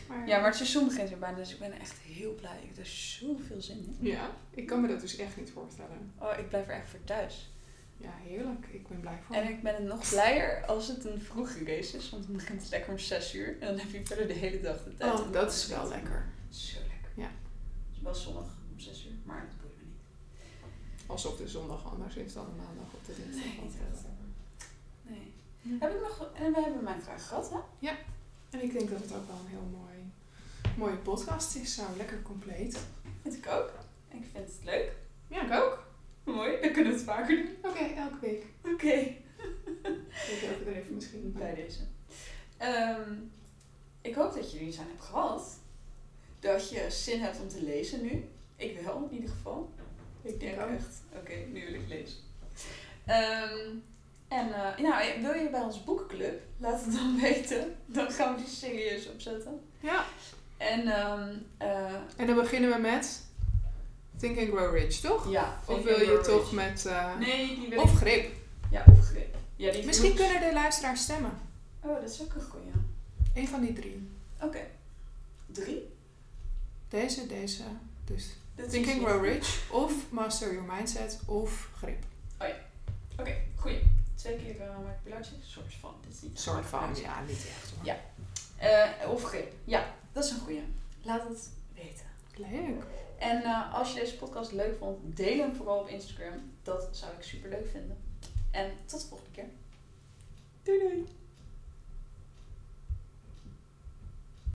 [SPEAKER 2] Maar,
[SPEAKER 1] ja, maar het seizoen begint weer bijna, dus ik ben er echt heel blij. Ik heb er zoveel zin in.
[SPEAKER 2] Ja, ik kan me dat dus echt niet voorstellen.
[SPEAKER 1] Oh, ik blijf er echt voor thuis.
[SPEAKER 2] Ja, heerlijk. Ik ben blij voor.
[SPEAKER 1] En ik ben het nog blijer als het een vroege race is, want dan begint het lekker om 6 uur. En dan heb je verder de hele dag de tijd.
[SPEAKER 2] Oh, dat is wel lekker.
[SPEAKER 1] Zo lekker.
[SPEAKER 2] Ja.
[SPEAKER 1] Het is wel zonnig om 6 uur, maar dat boeit me niet.
[SPEAKER 2] Alsof de zondag anders is dan de maandag op de dinsdag.
[SPEAKER 1] Nee, niet echt. Nee.
[SPEAKER 2] Ja.
[SPEAKER 1] Heb ik nog... En we hebben mijn vraag gehad, hè?
[SPEAKER 2] En ik denk dat het ook wel een heel mooi, mooie podcast is. Zo lekker compleet.
[SPEAKER 1] Vind ik ook. Ik vind het leuk.
[SPEAKER 2] Ja, ik ook.
[SPEAKER 1] Mooi, dan kunnen we het vaker doen.
[SPEAKER 2] Oké, elke week.
[SPEAKER 1] Oké.
[SPEAKER 2] Ik overdreven misschien.
[SPEAKER 1] Bij
[SPEAKER 2] maar-
[SPEAKER 1] deze. Ehm, ik hoop dat jullie iets aan hebben gehad. Dat je zin hebt om te lezen nu. Ik wel, in ieder geval.
[SPEAKER 2] Ik
[SPEAKER 1] Ik denk
[SPEAKER 2] denk ook.
[SPEAKER 1] echt, oké, nu wil ik lezen. Ehm, en eh, nou, wil je bij ons boekenclub? Laat het dan [laughs] weten. Dan gaan we die serieus opzetten.
[SPEAKER 2] Ja.
[SPEAKER 1] En ehm, eh,
[SPEAKER 2] En dan beginnen we met Think and Grow Rich, toch?
[SPEAKER 1] ja.
[SPEAKER 2] Of
[SPEAKER 1] vind
[SPEAKER 2] wil
[SPEAKER 1] ik
[SPEAKER 2] je
[SPEAKER 1] heel
[SPEAKER 2] toch
[SPEAKER 1] rich.
[SPEAKER 2] met... eh,
[SPEAKER 1] Nee, die wil
[SPEAKER 2] Of
[SPEAKER 1] ik...
[SPEAKER 2] grip.
[SPEAKER 1] Ja, of grip. Ja, die
[SPEAKER 2] Misschien
[SPEAKER 1] moet-
[SPEAKER 2] kunnen de luisteraars stemmen.
[SPEAKER 1] Oh, dat is ook een goeie.
[SPEAKER 2] Eén van die drie.
[SPEAKER 1] Oké. Drie?
[SPEAKER 2] Deze, deze, dus
[SPEAKER 1] Dit
[SPEAKER 2] Think
[SPEAKER 1] is
[SPEAKER 2] and
[SPEAKER 1] niet-
[SPEAKER 2] Grow Rich of Master Your Mindset of Grip.
[SPEAKER 1] Oké, goeie. Twee keer eh, maak ik beluisterd. Soort van. Dit is niet
[SPEAKER 2] Soort van,
[SPEAKER 1] beluisterd.
[SPEAKER 2] ja, niet echt hoor.
[SPEAKER 1] Ja. Eh, of grip. Ja, dat is een goeie. Laat het weten.
[SPEAKER 2] Leuk.
[SPEAKER 1] En eh, als je deze podcast leuk vond, deel hem vooral op Instagram. Dat zou ik super leuk vinden. En tot de volgende keer.